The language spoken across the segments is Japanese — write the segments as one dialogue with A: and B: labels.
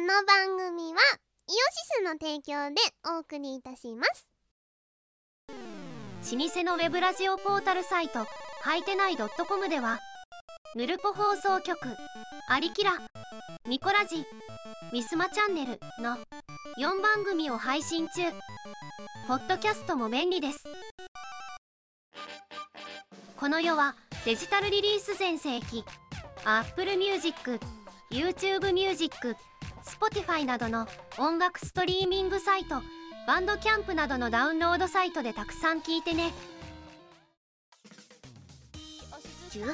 A: の番組はイオシスの提供でお送りいたします
B: 老舗のウェブラジオポータルサイトはいてない .com ではぬるぽ放送局「アリキラ」「ミコラジ」「ミスマチャンネル」の4番組を配信中ポッドキャストも便利ですこの世はデジタルリリース全盛期 Apple Music、YouTube Music、Spotify などの音楽ストリーミングサイトバンドキャンプなどのダウンロードサイトでたくさん聞いてね
C: 18周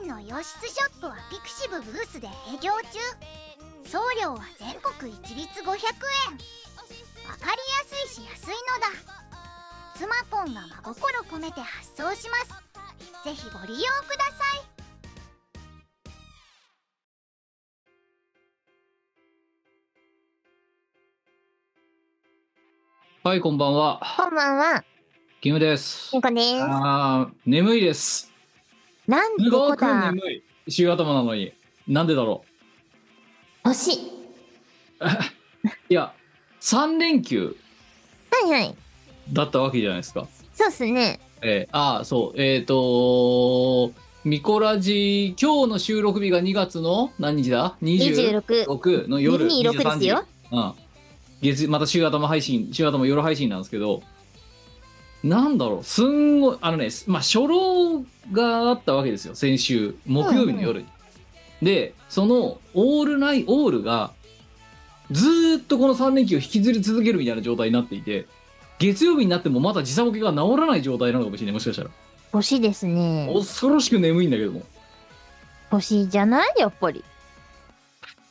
C: 年の洋室ショップはピクシブブースで営業中送料は全国一律500円わかりやすいし安いのだスマポンが真心込めて発送しますぜひご利用ください
D: はい、こんばんは。
A: こんばんは
D: キムです。
A: みこです
D: ああ、眠いです。
A: なんて
D: す
A: こ
D: ご
A: と
D: く
A: は
D: 眠い。週頭なのに。なんでだろ
A: 星
D: う。いや、3連休
A: はいはい
D: だったわけじゃないですか。
A: そうっすね
D: えー、ああ、そう。えっ、ー、とミコラジ、今日の収録日が2月の何日だ ?26
A: 26
D: の夜。
A: 26ですよ
D: 23時。うん。月また週頭配信、週頭夜配信なんですけど、なんだろう、すんごい、あのね、まあ、初老があったわけですよ、先週、木曜日の夜に。で、その、オールナイ、オールが、ずーっとこの3連休を引きずり続けるみたいな状態になっていて、月曜日になってもまだ時差ボケが治らない状態なのかもしれない、もしかしたら。
A: 星ですね
D: 恐ろしく眠いんだけども。
A: 星じゃないやっぱり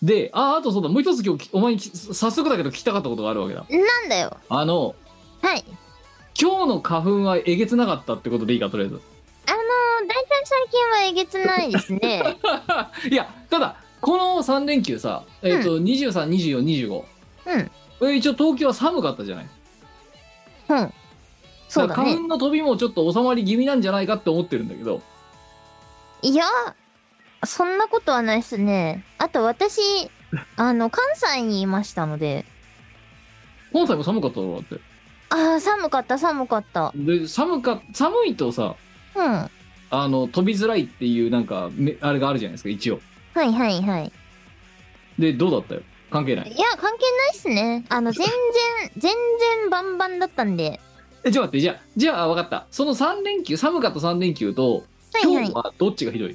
D: で、あ、あとそうだ、もう一つ今日き、お前にき早速だけど聞きたかったことがあるわけだ。
A: なんだよ
D: あの、
A: はい
D: 今日の花粉はえげつなかったってことでいいかとりあえず
A: あのー、だいたい最近はえげつないです ね
D: いやただこの3連休さ、えーと232425
A: うん
D: これ一応東京は寒かったじゃない
A: うんそうだ
D: から
A: ね
D: 花粉の飛びもちょっと収まり気味なんじゃないかって思ってるんだけど
A: いや、そんなことはないっすね。あと 私、あの、関西にいましたので、
D: 本西も寒かっただろうだって
A: ああ、寒かった、寒かった。
D: で寒か寒いとさ
A: うん。は
D: あの飛びづらいっていうなんかめあれがあるじゃないですか一応
A: いはいはい。
D: でどうだったよ関係な
A: い
D: い
A: や、関係ないっすね。あの、全然、全然バンバンだったんで。
D: えちょっと待ってじゃあじゃあ分かったその3連休寒かった3連休と
A: はいは
D: 今
A: い。
D: 日
A: あ
D: はどっちがひどい、
A: あ、3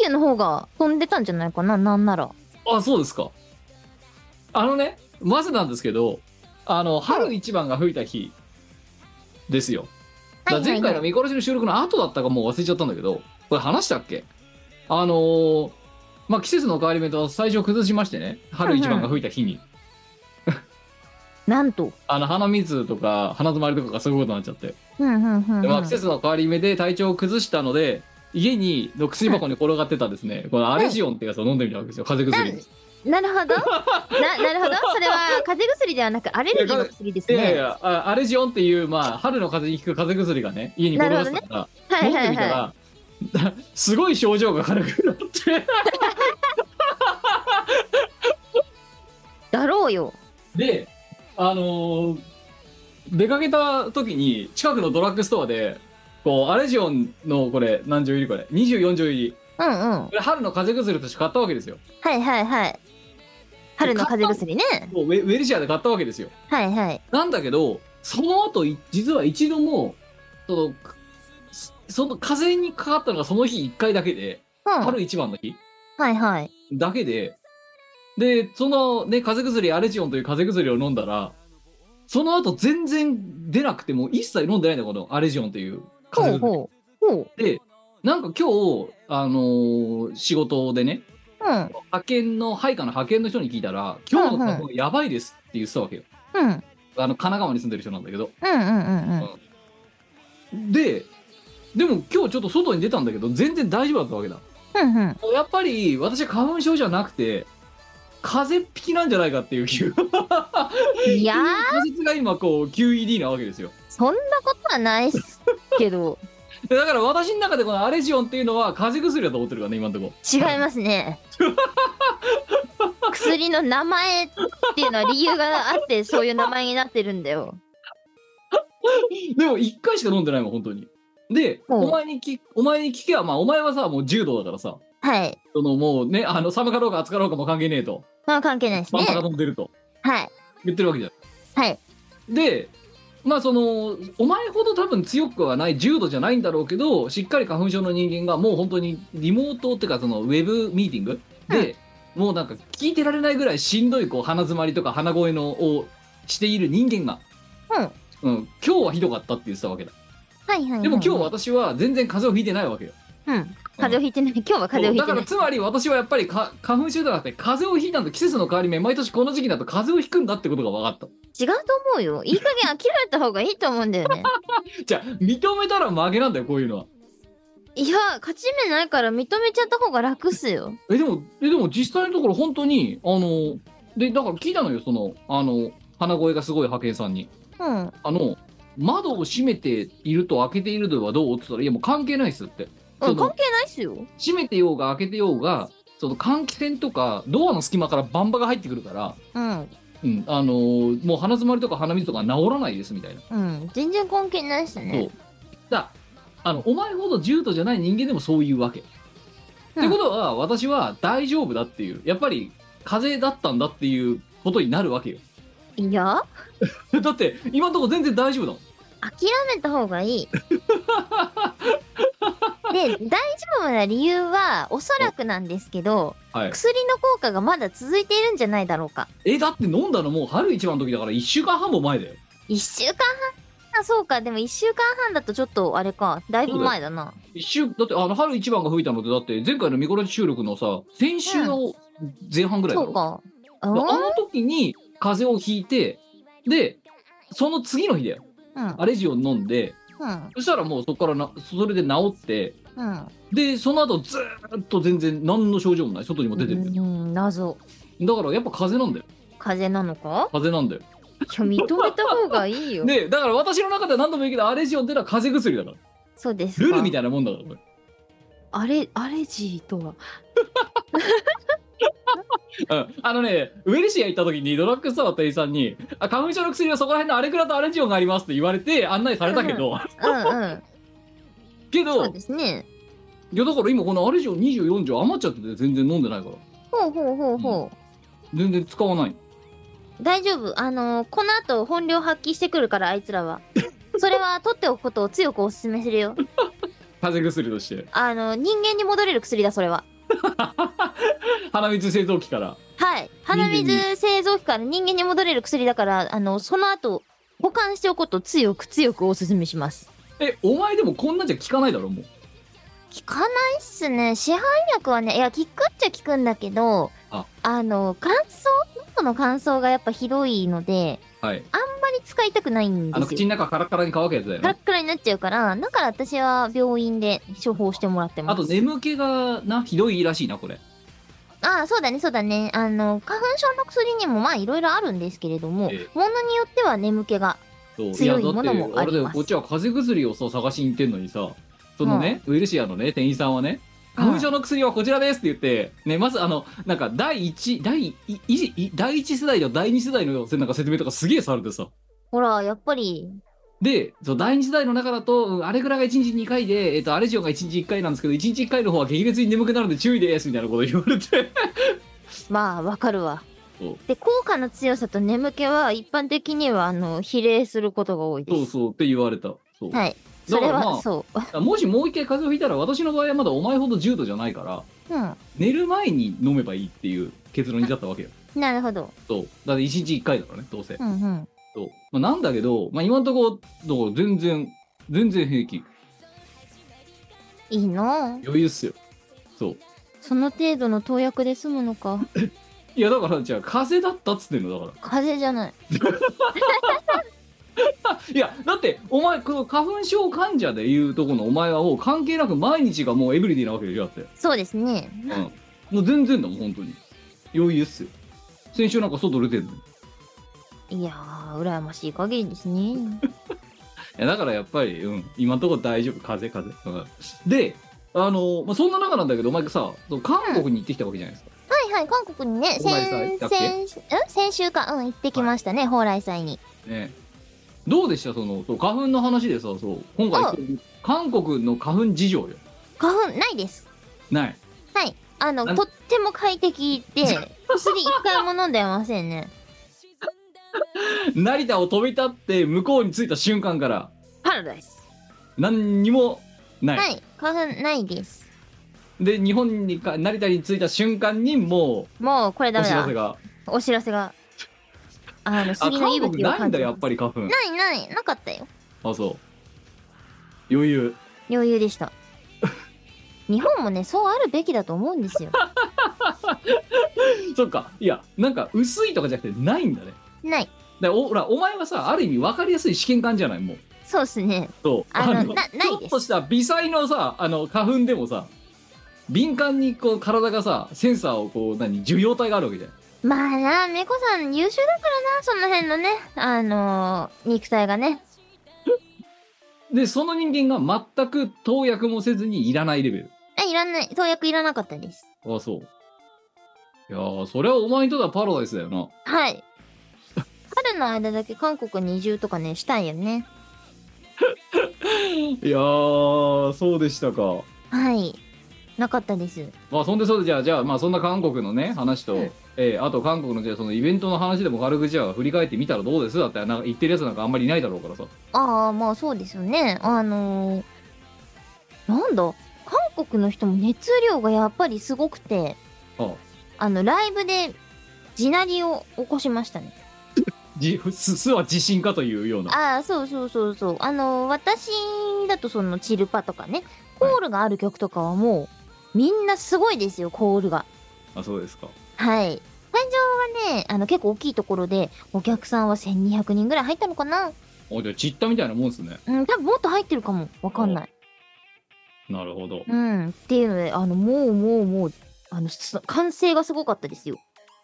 A: 連休の方が飛んでたんじゃないかな、なんなら。
D: あ、そうですか。あのね、まずなんですけど、あの、春一番が吹いた日ですよ。だから前回の見殺しの収録の後だったかもう忘れちゃったんだけど、これ話したっけあのーまあ、季節の変わり目と最初崩しましてね、春一番が吹いた日に、
A: なんと。
D: あの、鼻水とか鼻詰まりとかがそういうことになっちゃって、
A: うんうんうん、うん。
D: でまあ、季節の変わり目で体調を崩したので、家にの薬箱に転がってたですね、このアレジオンってやつを飲んでみたわけですよ、風邪薬。
A: なるほ ど。な、なるほど。それは、風邪薬ではなく、アレルギーの薬です
D: い
A: ね。
D: やいや、あアレジオンっていう、まあ、春の風邪に効く風邪薬がね、家に転がってたから、
A: はい
D: 持っ
A: は
D: て
A: い
D: みたら、
A: は
D: すごい症状が軽くなって、
A: い。だろうよ。
D: で、あのー出かけた時に、近くのドラッグストアで、こう、アレジオンの、これ、何錠入りこれ、24錠入り、
A: うんうん
D: こ。れ、春の風邪薬として買ったわけですよ。
A: はいはいはい。春の風邪薬ね。
D: もうウェウェルシアで買ったわけですよ。
A: はいはい。
D: なんだけど、その後、い実は一度も、その、その風邪にかかったのがその日1回だけで、
A: うん。
D: 春一番の日
A: はいはい。
D: だけで、で、そのね、風邪薬、アレジオンという風邪薬を飲んだら、その後全然出なくても、一切飲んでないんだよ、このアレジオンという風
A: ほう
D: 邪
A: ほう。ほう。
D: 薬。で、なんか今日、あのー仕事でね、
A: うん。
D: 派遣の、配下の派遣の人に聞いたら、今日の花粉やばいですって言ってたわけよ。
A: うん。
D: あの、神奈川に住んでる人なんだけど。
A: うんうんうんうん。
D: で、でも今日ちょっと外に出たんだけど、全然大丈夫だったわけだ。
A: うんうん。
D: やっぱり私は花粉症じゃなくて風邪っ引きなんじゃないかっていう気が
A: いやー、
D: 仮説が今こう QED なわけですよ
A: そんなことはないっすけど、
D: でだから私の中でこのアレジ オンっていうのは風邪薬だと思ってるからね今のとこ
A: 違いますね。薬薬の名前っていうのは理由があってそういう名前になってるんだよ。
D: でも1回しか飲んでないもん本当にで
A: うん
D: お前にきお前に聞けばまあお前はさもう柔道だからさ
A: はい。
D: そのもうねあの寒かろうか暑かろうかも関係ねえと
A: まあ関係ないです
D: バン
A: ね
D: パ。が飲んでると
A: はい。
D: 言ってるわけじゃん
A: はい。
D: でまあそのお前ほど多分強くはない重度じゃないんだろうけどしっかり花粉症の人間がもう本当にリモートっていうかそのウェブミーティングで、もうなんか聞いてられないぐらいしんどいこう鼻詰まりとか鼻声のをしている人間が、うん今日はひどかったって言ってたわけだ
A: はいはいはい。
D: でも今日私は全然風邪をひいてないわけよ
A: うん。風邪をひいてない。今日は風邪をひい
D: だ
A: てな
D: から
A: い。
D: つまり私はやっぱりか花粉症だなって風邪をひいたんだ季節の変わり目毎年この時期だと風邪をひくんだってことが分かった
A: 違うと思うよ。いい加減諦めた方がいいと思うんだよ ね。
D: じゃあ認めたら負けなんだよこういうのはい
A: や、勝ち目ないから認めちゃった方が楽っすよ。
D: えでもえでも実際のところ本当にあのでだから聞いたのよそのあの鼻声がすごい派遣さんに
A: うん。
D: あの窓を閉めていると開けているとはどうって言ったらいやもう関係ないっすって
A: う
D: そ
A: ん、関
D: の
A: 係ないっすよ。
D: 閉めてようが開けてようがその換気扇とかドアの隙間からバンバが入ってくるか
A: う
D: ら、
A: ん。
D: うん、あのもう鼻詰まりとか鼻水とか治らないですみたいな、
A: うん。全然関係ないっす
D: そう
A: ね。
D: だあのお前ほど重度じゃない人間でもそういうわけ、
A: うん
D: ってことは私は大丈夫だっていうやっぱり風邪だったんだっていうことになるわけよ
A: いや、
D: だって今のところ全然大丈夫だもん
A: 諦めた方が いい。で、大丈夫な理由は、おそらくなんですけど、
D: はい、
A: 薬の効果がまだ続いているんじゃないだろうか。
D: えだって飲んだのもう春一番の時だから1週間半も前だよ
A: 1週間半あ、そうか。でも1週間半だとちょっと、あれか。だいぶ前だな。
D: 一週だってあの春一番が吹いたのってだって前回のミコラジ収録のさ先週の前半ぐらいだ
A: そ
D: ろ、
A: うか。うん
D: だからあの時に風邪をひいてでその次の日だよ
A: うん。
D: アレジオン飲んで
A: うん。
D: そしたらもうそこからなそれで治って
A: うん。
D: でその後ずーっと全然何の症状もない外にも出てる、
A: うん、謎。
D: だからやっぱ風邪なんだよ
A: 風邪なのか
D: 風邪なんだよ
A: いや、認めた方がいいよ。
D: でだから私の中では何度も言うけどアレジオンってのは風邪薬だから
A: そうですか。
D: ルルみたいなもんだからこれ
A: あれ、アレジーとは。
D: うんあのね、ウェルシア行った時にドラッグストアの店員さんに、あ花粉症の薬はそこら辺のアレクラとアレジオンがありますって言われて案内されたけど、
A: うんうん。
D: け
A: そう
D: ど、
A: ですね。
D: いやだから今このアレジオン24錠余っちゃってて全然飲んでないから、
A: ほうほうほうほ
D: 全然使わない。
A: う。大丈夫。あのーこの後本領発揮してくるから、あいつら は。それは取っておくことを強くお勧めするよ。
D: 風邪薬として、
A: あの、人間に戻れる薬だ、それは。
D: 鼻水製造機から。
A: はい。鼻
D: 人間
A: 水製造機から人間に戻れる薬だから、あの、その後、保管しておくことを強く強くお勧めします。
D: え、お前でもこんなんじゃ効かないだろ、もう。
A: 効かないっすね。市販薬はね、いや、効くっちゃ効くんだけど、
D: あ
A: の、乾燥喉の乾燥がやっぱひどいので、
D: はい。
A: あんまり使いたくないん
D: あ
A: で
D: の、
A: す
D: 口
A: よ。
D: の中カラカラに乾くやつだよ
A: カラ
D: ね。
A: ッカラになっちゃうから、だから私は病院で処方してもらってます。
D: あと眠気がな、ひどいらしいな、これ。
A: ああ、そうだね、そうだね。あの、花粉症の薬にもまあいろいろあるんですけれども、
D: え
A: ものによっては眠気が。
D: そう
A: 強い
D: やだって
A: ものもあります
D: れだよこっちは風邪薬をさ探しに行ってんのにさそのね、ウイルシアのね店員さんはね
A: うん
D: 花粉症の薬はこちらですって言って、ね、まずあのなんか第一第いいい第一世代と第二世代のなんか説明とかすげえされてさ
A: ほら、やっぱり、
D: でそう第二世代の中だとうんアレグラが1日2回で、えっとアレジオンが1日1回なんですけど1日1回の方は激烈に眠くなるんで注意ですみたいなこと言われて
A: まあわかるわ
D: そう。
A: で、効果の強さと眠気は一般的にはあの比例することが多いで
D: そう
A: す。
D: そうって言われたそう、
A: はい。
D: だ
A: そ
D: か
A: れ
D: ら
A: は、
D: まあ
A: そう。
D: だからもしもう一回風邪をひいたら私の場合はまだお前ほど重度じゃないから
A: う
D: 寝る前に飲めばいいっていう結論に至ったわけよ。
A: ん。なるほど。
D: そうだって1日1回だからねどうせ。
A: うんうん。
D: そうまあ、なんだけど、まあ、今のところだから全然全然平気
A: いいの
D: 余裕っすよ。そう
A: その程度の投薬で済むのか。
D: いやだからじゃあ風邪だったっつってんのだか
A: 風邪じゃない。
D: ら。いやだってお前この花粉症患者でいうとこのお前はもう関係なく毎日がもうエブリディなわけでしょだって。
A: そうですね。
D: うん。もう全然だもん本当に余裕っすよ。先週なんか外出てんのに。
A: いやー、羨ましい限りです ね。
D: いやだからやっぱり、うん、今のところ大丈夫風邪風邪、うんであの、まあ、そんな中なんだけどお前さそう韓国に行ってきたわけじゃないですか、
A: はいはいはい、韓国にね、
D: 蓬莱祭
A: 先
D: だっけ
A: 先ん先週か、うん、行ってきましたね、蓬莱祭に。
D: ねどうでしたそのそう花粉の話でさそう今回韓国の花粉事情よ
A: 花粉ないです。
D: ない
A: はい。あの、
D: なん
A: とっても快適 で、薬一回も飲んでませんね。
D: 成田を飛び立って向こうに着いた瞬間から
A: パラダイス。
D: 何にもない、
A: はい、花粉ないです。
D: で日本にか成田に着いた瞬間にも
A: もう、これ
D: うお
A: ダメ
D: 知ら
A: だ
D: せ。が
A: お知らせが。あの、
D: あ
A: 杉の
D: 韓
A: 息
D: 国
A: 吹を
D: ないん
A: 感
D: だ
A: じ
D: や
A: ま
D: っ
A: す
D: ぱり花粉
A: ないない、なかったよ。
D: あそう余裕
A: 余裕で した。日本もね、そうあるべきだと思うんですよ。
D: そっかいやなんか薄いとかじゃなくてないんだね
A: ない。
D: だからおほらお前はさある意味分かりやすい試験管じゃないもう
A: そうっすね。
D: そう
A: あのなないです
D: ちょっとした微細のさあの花粉でもさ敏感にこう体がさセンサーをこう何受容体があるわけじゃん
A: まあな、めこさん優秀だからな、その辺のね、あのー肉体がね。
D: でその人間が全く投薬もせずにいらないレベル
A: あ、いらない、投薬いらなかったです。
D: あそういやーそれはお前にとってはパラダイスだよな
A: はい。春の間だけ韓国に移住とかね、したいよね。
D: いやーそうでしたか
A: はい。なかったです。
D: まあそんでそうでじゃあじゃあまあそんな韓国のね話と、
A: うん
D: えーあと韓国のじゃあそのイベントの話でも軽くじゃあ振り返ってみたらどうですだってなんか言ってるやつなんかあんまりいないだろうからさ
A: ああ、まあそうですよね。あのーなんだ、韓国の人も熱量がやっぱりすごくて、
D: ああ
A: あの、ライブで地鳴りを起こしましたね。
D: じ すすは自信かというような
A: ああ、そうそうそうそう。あの、私だとそのチルパとかね、コールがある曲とかはもう、みんなすごいですよ、コールが。
D: あそうですか
A: はい。会場はね、あの結構大きいところで、お客さんは1200人ぐらい入ったのかな
D: おじゃあ散ったみたいなもんですね
A: うん、多分もっと入ってるかも。わかんない。
D: なるほど
A: うん。っていうので、あの、もうもうもう、あの、す歓声がすごかったですよ。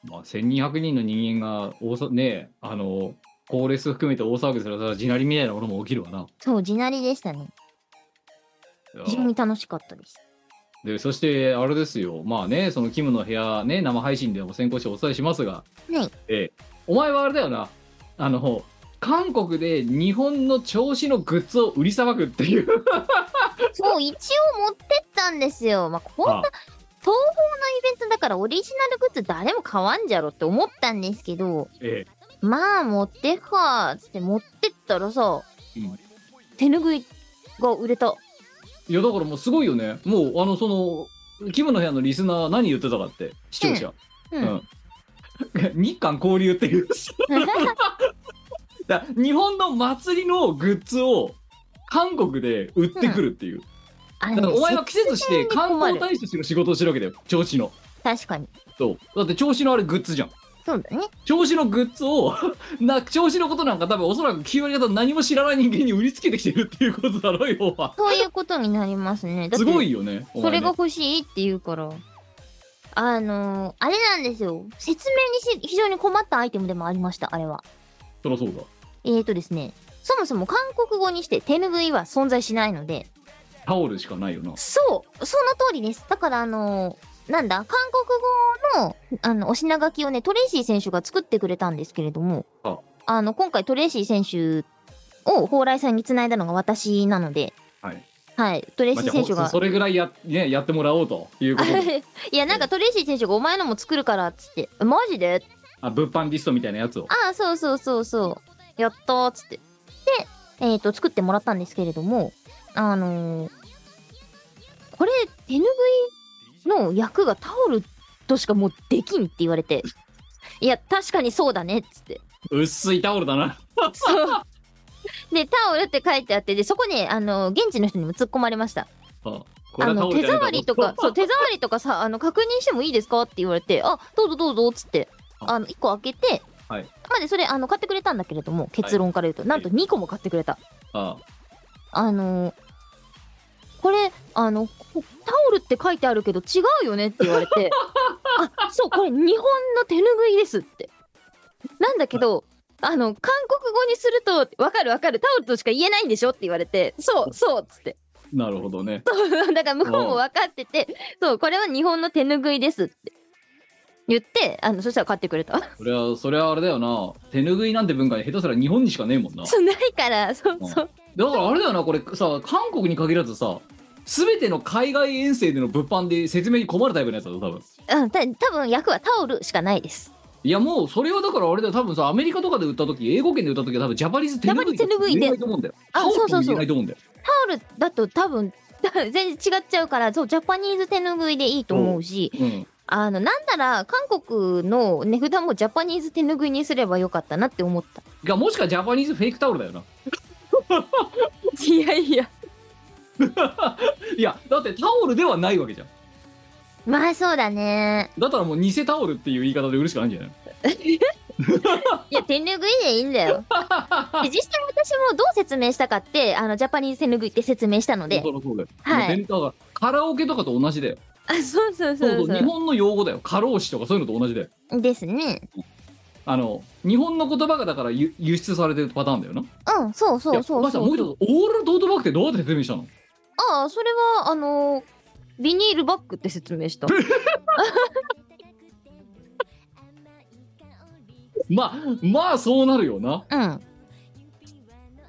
D: まあ、1200人の人間が大さねあの高レス含めて大騒ぎするら地鳴りみたいなものも起きるわな
A: そう、地鳴りでしたね。
D: いや
A: 非常に楽しかったです。
D: でそしてあれですよまあねそのキムの部屋ね生配信でも先行してお伝えしますが、
A: はい
D: ええお前はあれだよなあの韓国で日本の調子のグッズを売りさばくっていう
A: そう、一応持ってったんですよ。まあ、こんな
D: あ
A: 東方のイベントだからオリジナルグッズ誰も買わんじゃろって思ったんですけど
D: え
A: まあ持ってくかっつって持ってったらさ、
D: うん
A: 手ぬぐいが売れた
D: えいやだからもうすごいよねもうあのそのキムの部屋のリスナー何言ってたかって視聴者、
A: う、
D: うんん日韓交流っていう だから日本の祭りのグッズを韓国で売ってくるっていう、
A: あれ
D: だ
A: ね
D: からお前は季節して
A: 説明に
D: 観
A: 困る
D: 光大使としての仕事をしてるわけだよ調子の
A: 確かに
D: そうだって調子のあれグッズじゃん
A: そうだね
D: 調子のグッズを な調子のことなんか多分おそらく9割方何も知らない人間に売りつけてきてるっていうことだろ要は
A: そういうことになりますねだっ
D: す
A: て
D: ごいよねお
A: それ
D: 前
A: が
D: ね
A: 欲しいって言うからあのーあれなんですよ説明にし非常に困ったアイテムでもありましたあれは
D: そりゃそうだ
A: えーとですねそもそも韓国語にして手ぬぐいは存在しないので
D: タオルしかないよな
A: そう、その通りです。だから、あのーなんだ、韓国語の、あの、お品書きをね、トレイシー選手が作ってくれたんですけれども、
D: あ
A: あの、今回トレイシー選手を蓬莱さんに繋いだのが私なので、
D: はい。
A: はい、トレイシ
D: まあ
A: ー
D: じ
A: 選
D: ゃ
A: 手
D: あ
A: が。
D: それぐらいや,、ね、やってもらおうということで
A: いや、なんかトレイシー選手がお前のも作るからっつって、マジで
D: あ物販リストみたいなやつを
A: ああ、そうそうそうそう。やったーっつって。で、えっ、と、作ってもらったんですけれども、あのーこれ、手拭いの役がタオルとしかもうできんって言われて、いや、確かにそうだねっつって。
D: 薄いタオルだな
A: そう。で、タオルって書いてあって、で、そこね、あのー現地の人にも突っ込まれました。
D: あこれ
A: あ
D: はタ
A: の、
D: オル
A: 手
D: じゃねえ
A: 触りとか、そう、手触りとか さ、あの、確認してもいいですかって言われて、あ、どうぞどうぞっつって、
D: あ
A: あの、1個開けて、
D: はい
A: まあで、それ、あの、買ってくれたんだけれども、結論から言うと、なんと2個も買ってくれた。
D: あ
A: あの、これ、あの、こタオルって書いてあるけど違うよねって言われ て、あ、そう、これ日本の手ぬぐいですって。なんだけど、あの、韓国語にすると、わかるわかる、タオルとしか言えないんでしょって言われて、そう、そう、っつって。
D: なるほどね
A: だから向こうも分かってて、そう、これは日本の手ぬぐいですって。言ってあのそしたら買ってくれた
D: それはそれはあれだよな手拭いなんて文化に下手すら日本にしかねえもんな
A: そうないからそう
D: うん
A: そう
D: だからあれだよなこれさ韓国に限らずさ全ての海外遠征での物販で説明に困るタイプのやつだぞ多分
A: うんた多分役はタオルしかないです
D: いやもうそれはだからあれだよ多分さアメリカとかで売った時英語圏で売った時は多分ジャパニーズ手
A: ジャパ
D: 拭い
A: ニーズ手拭いで
D: 入れないと思うんだよ
A: あ
D: タオル
A: そうそうそう
D: も入れないと思うんだよ
A: タオルだと多分 全然違っちゃうからそうジャパニーズ手拭いでいいと思うし、
D: うん
A: あのなんなら韓国の値札もジャパニーズ手拭いにすればよかったなって思った
D: がもしかジャパニーズフェイクタオルだよない
A: や いや
D: いやだってタオルではないわけじゃん
A: まあそうだね
D: だったらもう偽タオルっていう言い方で売るしかないんじゃない
A: いや手拭いでいいんだ よで実際私もどう説明したかってあのジャパニーズ手拭いって説明したので
D: そうだそうだよ
A: はい
D: もう全体がカラオケとかと同じだよ
A: あそうそう
D: そう
A: そ
D: そうう日
A: そ
D: 本の用語だよ過労死とかそういうのと同じだよ
A: うですね
D: あの日本の言葉がだから輸輸出されてるパターンだよな
A: うんそうそう
D: いやお
A: そう
D: 母さん
A: そ
D: も
A: う
D: う一つオールドートバッグってどうやって説明したの
A: ああそれはあのビニールバッグって説明した
D: まあまあそうなるよな
A: うん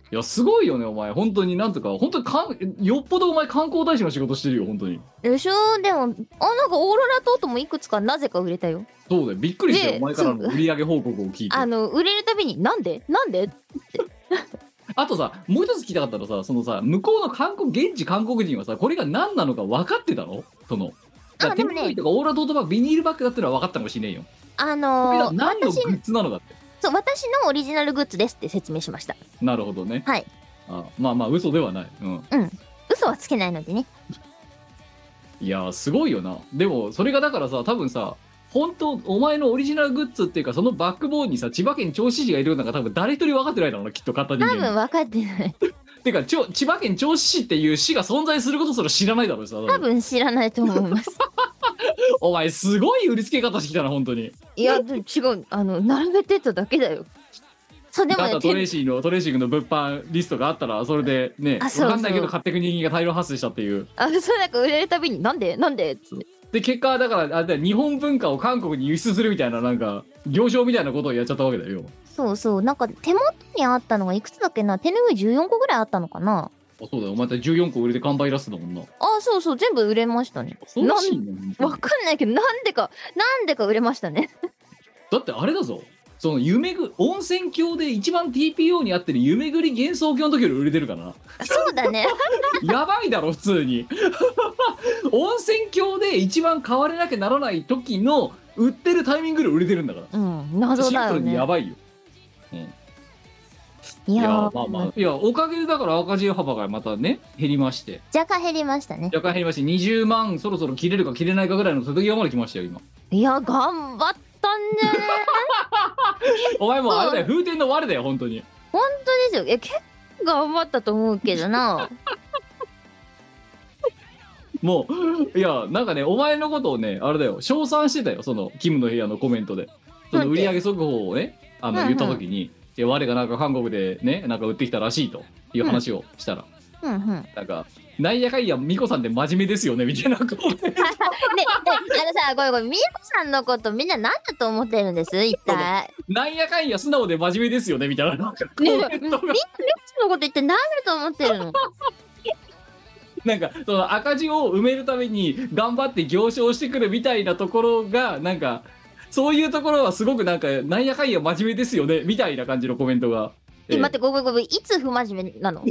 D: いやすごいよねお前本当になんとか本当にかんよっぽどお前観光大使の仕事してるよ本当に
A: でしょでもあなんかオーロラトートもいくつかなぜか売れたよ
D: そうだよびっくりしたよ
A: ね
D: お前からの売り上げ報告を聞いて
A: あ
D: あ
A: の売れるたびになんでなんで
D: とさもう一つ聞きたかったのはさそのさ向こうの韓国現地韓国人はさこれが何なのか分かってたのそのだから
A: でもね
D: 手拭いとかオーラドートバッグビニールバッグだってのは分かったかもしれんよ
A: あ
D: これ
A: の
D: が何の
A: 私
D: グッズなのだって
A: そう私のオリジナルグッズですって説明しました
D: なるほどね
A: はい
D: あまあまあ嘘ではないうん
A: 嘘はつけないのでね
D: いやーすごいよなでもそれがだからさ多分さ本当お前のオリジナルグッズっていうかそのバックボーンにさ千葉県銚子市がいるのが多分誰一人分かってないだろうなきっと簡単に
A: 多
D: 言え
A: 分分かってない
D: てかちょ千葉県銚子市っていう市が存在することすら知らないだろうしさ多分
A: 多分知らないと思います
D: お前すごい売りつけ方してきたな本当に
A: いやでも違うあの並べてただけだよそうでも
D: あ
A: ね
D: とトレーシーのトレーシングの物販リストがあったらそれでね
A: あ
D: 分
A: そうそう
D: かんないけど買ってく人間が大量発生したっていう
A: あそうなんか売れるたびになんでなんでっつって
D: で結果はだからあれだよ日本文化を韓国に輸出するみたいななんか行商みたいなことをやっちゃったわけだよ
A: そうそうなんか手元にあったのがいくつだっけな手ぬぐい14個ぐらいあったのかな
D: あそうだよお前たち14個売れて完売ラストだもんな
A: あそうそう全部売れましたね
D: 恐ろしいね本当に
A: わかんないけどなんでかなんでか売れましたね
D: だってあれだぞその夢ぐ温泉郷で一番 TPO に合ってる夢ぐり幻想郷の時より売れてるからな
A: そうだね
D: やばいだろ普通に 温泉郷で一番買われなきゃならない時の売ってるタイミングで売れてるんだか
A: う
D: ら
A: ん謎
D: シン
A: だよ
D: プルに
A: ね
D: やばいよ
A: い
D: い
A: や
D: や
A: ー
D: まあまあいやおかげでだから赤字幅がまたね減りまして
A: 若干減りましたね
D: 若干減りまして20万そろそろ切れるか切れないかぐらいの瀬戸際まで来ました よ今
A: いや頑張ったんじゃね
D: お前もうあれだよ風天の我だよ本当に
A: 本当ですよえ結構頑張ったと思うけどな
D: もういやなんかねお前のことをねあれだよ称賛してたよそのキムの部屋のコメントでその売り上げ速報をねあ
A: うん
D: の
A: うん
D: 言った時に「いや我がなんか韓国でねなんか売ってきたらしい」という話をしたら、
A: うんうんね
D: なんか「なんやかんやミコさんって真面目ですよね」みたいなことをね
A: ねあのさごめんごめんみやこさんのことみんな何だと思ってるんです一体
D: なんやかんや素直で真面目ですよねみたいななんかコ
A: ねえみ
D: メ
A: んなみや
D: ント
A: こさ
D: が
A: んのこと一体何だと思ってるの
D: なんかその赤字を埋めるために頑張って行商してくるみたいなところがなんかそういうところはすごくなんか「なんやかんや真面目ですよね」みたいな感じのコメン トが。
A: え
D: えー
A: 待ってごめんごめんいつ不真面目 なの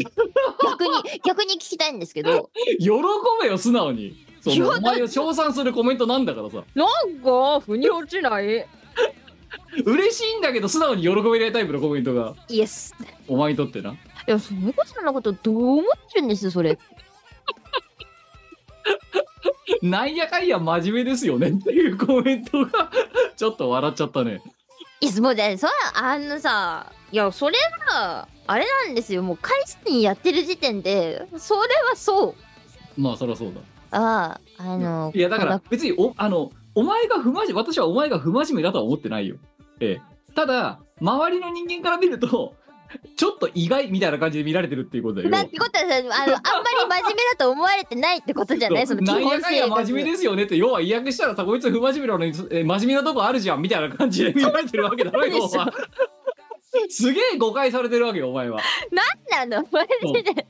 A: 逆に逆に聞きたいんですけど
D: 喜べよ素直にそ
A: いや
D: のお前を称賛するコメントなんだからさ
A: なんか腑に落ちない
D: 嬉しいんだけど素直に喜べないタイプのコメントが
A: イエス
D: お前にとってない
A: やその子さんのことどう思ってるんですよそれ
D: なんやかんや真面目ですよねっていうコメントがちょっと笑っちゃったね
A: いやもうねそれあのさいやそれはあれなんですよもう会社員やってる時点でそれはそう
D: まあそりゃそうだ
A: あああの
D: いやだか
A: こ
D: ら別におあのお前が不真面目私はお前が不真面目だとは思ってないよええただ周りの人間から見ると ちょっと意外みたいな感じで見られてるっていうことだよ。
A: だってことはさあのあんまり真面目だと思われてないってことじゃないその基
D: なんや
A: 本
D: かんや
A: 性
D: 真面目ですよねって要は威訳したらさこいつ不真面目なのにえ真面目なとこあるじゃんみたいな感じで見られてるわけだろ
A: そうで
D: よお
A: すよ
D: 前すげえ誤解されてるわけよお前は
A: なのマジで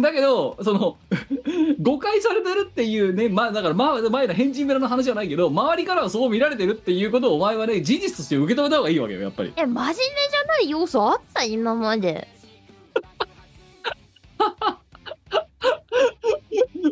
D: だけどその 誤解されてるっていうねまあだからま前の変人村の話じゃないけど周りからはそう見られてるっていうことをお前はね事実として受け止めた方がいいわけよやっぱり
A: いや真面目じゃない要素あった今まで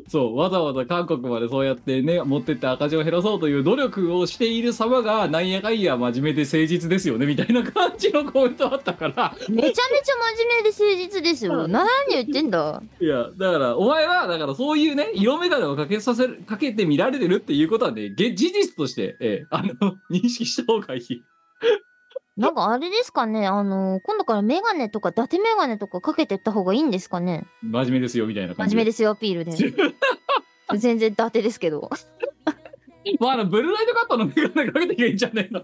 D: そうわざわざ韓国までそうやってね持ってって赤字を減らそうという努力をしている様がなんやかんや真面目で誠実ですよねみたいな感じのコメントあったから
A: めちゃめちゃ真面目で誠実ですよ何言ってんだ
D: いやだからお前はだからそういうね色眼鏡をかけさせるかけて見られてるっていうことはねげ事実として、ええあの認識した方がいい。
A: なんかあれですかねあの今度からメガネとか伊達メガネとかかけてった方がいいんですかね
D: 真面目ですよみたいな
A: 真
D: 感じ
A: 面目
D: で
A: ですよアピール で全然伊達ですけど
D: まああのブルーライトカットの眼鏡かけていけばいいんじゃねえの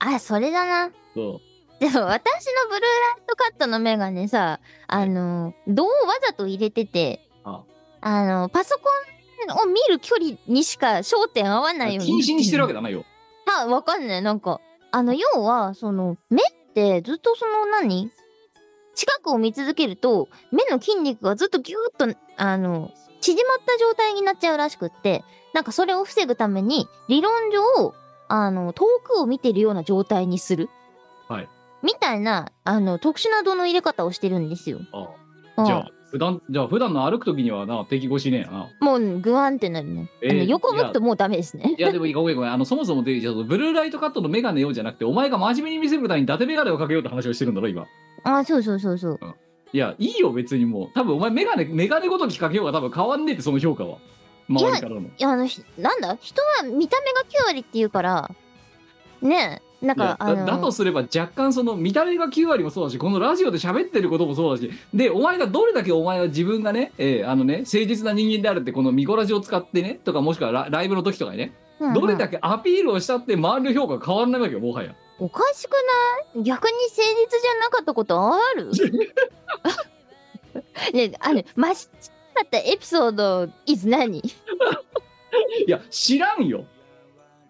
A: あそれだな
D: そ
A: でも私のブルーライトカットのメガネさあの銅をわざと入れてて
D: あ
A: あのパソコンを見る距離にしか焦点合わな
D: う
A: いように
D: 禁止にしてるわけだなよ
A: あわかんないなんかあの要はその目ってずっとその何近くを見続けると目の筋肉がずっとギューッとあの縮まった状態になっちゃうらしくってなんかそれを防ぐために理論上あの遠くを見てるような状態にする、
D: はい、
A: みたいなあの特殊な度の入れ方をしてるんですよ。
D: あ
A: う
D: あ
A: ん
D: じゃあ普段じゃあ普段の歩く時にはな敵越しねえな
A: もうグワンってなるね。
D: え
A: あの
D: ー
A: 横向くともうダメですね。
D: いやでもいいごめんごめんあのそもそもでじゃあブルーライトカットの眼鏡をじゃなくてお前が真面目に見せるために伊達眼鏡をかけようって話をしてるんだろ今
A: あそうそうそうそう。
D: いやいいよ別にもう多分お前眼鏡眼鏡ごときかけようが多分変わんねえってその評価は周りからの
A: いやあのひなんだ人は見た目が9割っていうからねえなん
D: い
A: か
D: や
A: あ
D: だ
A: の
D: だとすれば若干その見た目が9割もそうだしこのラジオで喋ってることもそうだしでお前がどれだけお前は自分がね,、えーあのね誠実な人間であるってこのミコラジを使ってねとかもしくはラライブの時とかにね
A: うんうん
D: どれだけアピールをしたって周りの評価が変わらないわけよもはや
A: おかしくない逆に誠実じゃなかったことある ねえあのマシだったエピソード is 何
D: いや知らんよ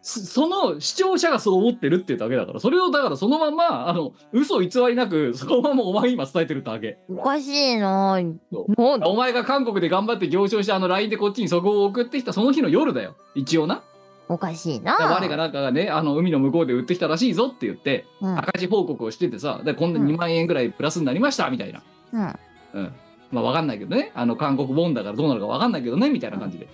D: そその視聴者がそう思ってるっていうだけだからそれをだからそのままあの嘘偽りなくそのままお前今伝えてるだけ
A: おかしいな
D: そ
A: もう
D: お前が韓国で頑張って行商してあの LINE でこっちにそこを送ってきたその日の夜だよ一応な
A: おかしいな
D: 我がなんかがねあの海の向こうで売ってきたらしいぞって言って
A: うん
D: 赤字報告をしててさで今度
A: うん
D: 2万円ぐらいプラスになりましたみたいな、
A: うん
D: うん、まあ分かんないけどねあの韓国ボンだからどうなるか分かんないけどねみたいな感じで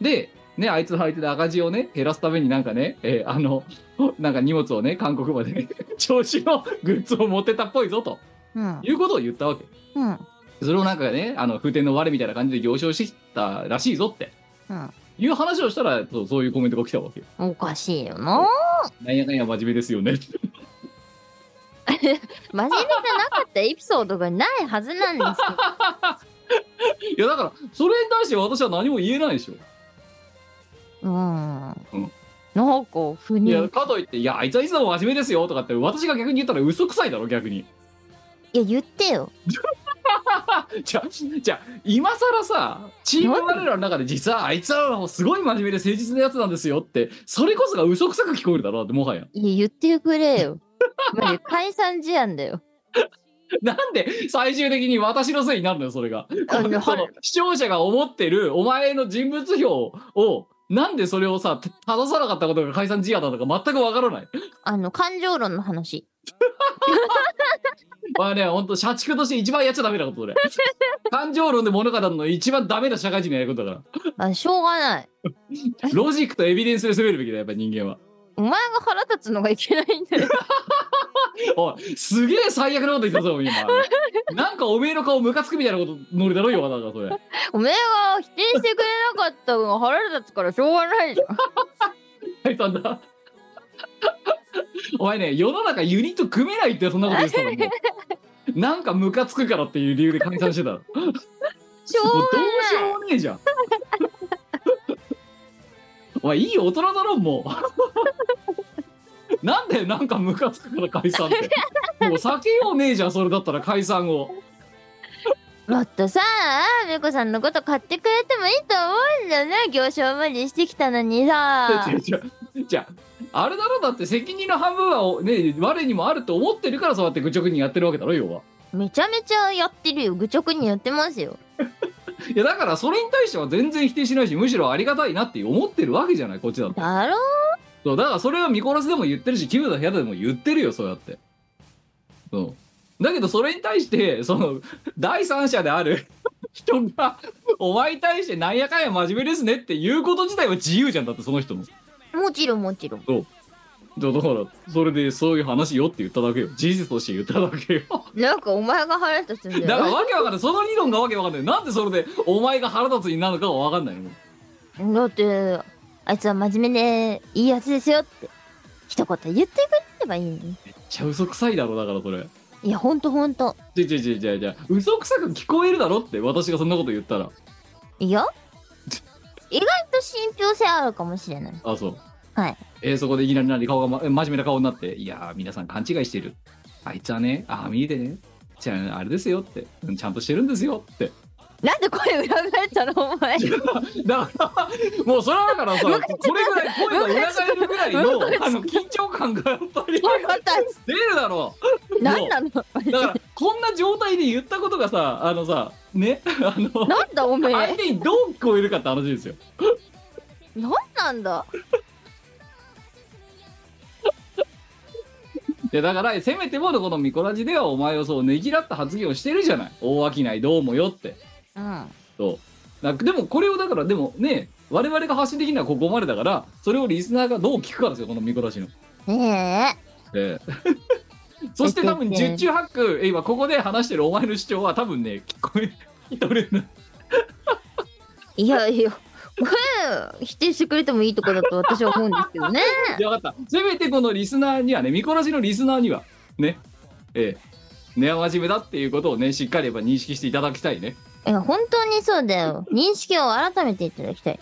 D: でねあいつのあいつで赤字をね減らすためになんかね、えーあの なんか荷物をね韓国までね 調子のグッズを持ってたっぽいぞと
A: うん
D: いうことを言ったわけ
A: うん
D: それをなんかねあの風天の我みたいな感じで行商してきたらしいぞって
A: うん
D: いう話をしたらそうそういうコメントが来たわけよ
A: おかしいよな
D: なんやかんや真面目ですよね
A: 真面目じゃなかったエピソードがないはずなんですけど
D: いやだからそれに対して私は何も言えないでしょ、
A: うん、なんか腑
D: い
A: に
D: やかといって「いやあいつはいつでも真面目ですよ」とかって私が逆に言ったら嘘くさいだろ逆に
A: いや言ってよ
D: じゃあじゃあ今更さチーム我らの中で実はあいつはもうすごい真面目で誠実なやつなんですよってそれこそが嘘くさく聞こえるだろだってもはや
A: いや言ってくれ よマジ解散事案だよ
D: なんで最終的に私のせいになるのよそれが
A: あ の
D: その視聴者が思ってるお前の人物評をなんでそれをさた正さなかったことが解散事案なのか全くわからない
A: あの感情論の話
D: まあね、本当社畜として一番やっちゃダメなこと、それ。感情論で物語るの一番ダメな社会人のやることだか
A: あしょうがない
D: ら。ロジックとエビデンスで攻めるべきだよ、やっぱ人間は。
A: お前が腹立つのがいけないん だよ
D: おい、すげえ最悪なこと言ったぞ、今。なんかおめえの顔ムカつくみたいなことノリだろ、よ、だからそれ。
A: お前が否定してくれなかったのが腹立つからしょうがないじゃん
D: はい、そんな。お前ね、世の中ユニット組めないってそんなこと言ってたのもう。 なんかムカつくからっていう理由で解散してたの。もう
A: しょう
D: どう
A: が
D: しようもねえじゃん。お前いい大人 だろもう。なんでなんかムカつくから解散って。もう避けようねえじゃんそれだったら解散を
A: もっとさあ美子さんのこと買ってくれてもいいと思うんだよね行商無理してきたのに さ
D: じゃあじゃああれだろだって責任の半分はおね我にもあると思ってるからそうやって愚直にやってるわけだろ要は
A: めちゃめちゃやってるよ愚直にやってますよ
D: いやだからそれに対しては全然否定しないしむしろありがたいなって思ってるわけじゃないこっちだって
A: だろ
D: そうだからそれは見殺しでも言ってるしキムの部屋でも言ってるよそうやってそうだけどそれに対してその第三者である 人がお前に対してなんやかんや真面目ですねっていうこと自体は自由じゃんだってその人の
A: もちろんもちろん
D: だだからそれでそういう話よって言っただけよ事実として言っただけよ
A: なんかお前が腹立つんだよ
D: だからわけわかんないその理論がわけわかんないなんでそれでお前が腹立つになるのかはわかんないの
A: だってあいつは真面目でいいやつですよって一言言ってくれればいいのに
D: めっちゃ嘘くさいだろだからそれ
A: いやほんとほんと
D: じゃじゃじゃじゃじゃ嘘くさく聞こえるだろって私がそんなこと言ったら
A: いや意外と信憑性あるかもしれない
D: あそう
A: はい
D: えーそこでいきなりなに顔が、ま、真面目な顔になっていやー皆さん勘違いしてるあいつはねああ見えてねじゃああれですよってうんちゃんとしてるんですよって
A: なんで声裏返ったのお前
D: だからもうそれはだからさこれぐらい声が裏返るぐらいのあの緊張感がやっぱり
A: 腹立
D: 出るだろ
A: つ何なの
D: うだからこんな状態で言ったことがさあのさねあの
A: なんだおめえ
D: 相手にどう聞こえるかって話ですよ
A: なんなんだ
D: でだからせめてもこのミコラジではお前をそうねぎらった発言をしてるじゃない大商いどうもよって
A: うん
D: そうなでもこれをだからでもね我々が発信できるのはここまでだからそれをリスナーがどう聞くかですよこのミコラジの
A: ね
D: え えそして多分十中八九え今ここで話してるお前の主張は多分ね聞こえ 聞こえる
A: えいやいやこれ否定してくれてもいいとこだと私は思うんですけどね
D: で分かったせめてこのリスナーにはね見こらしのリスナーにはねええね真面目だっていうことをねしっかりやっぱ認識していただきたいね
A: いや本当にそうだよ認識を改めていただきたい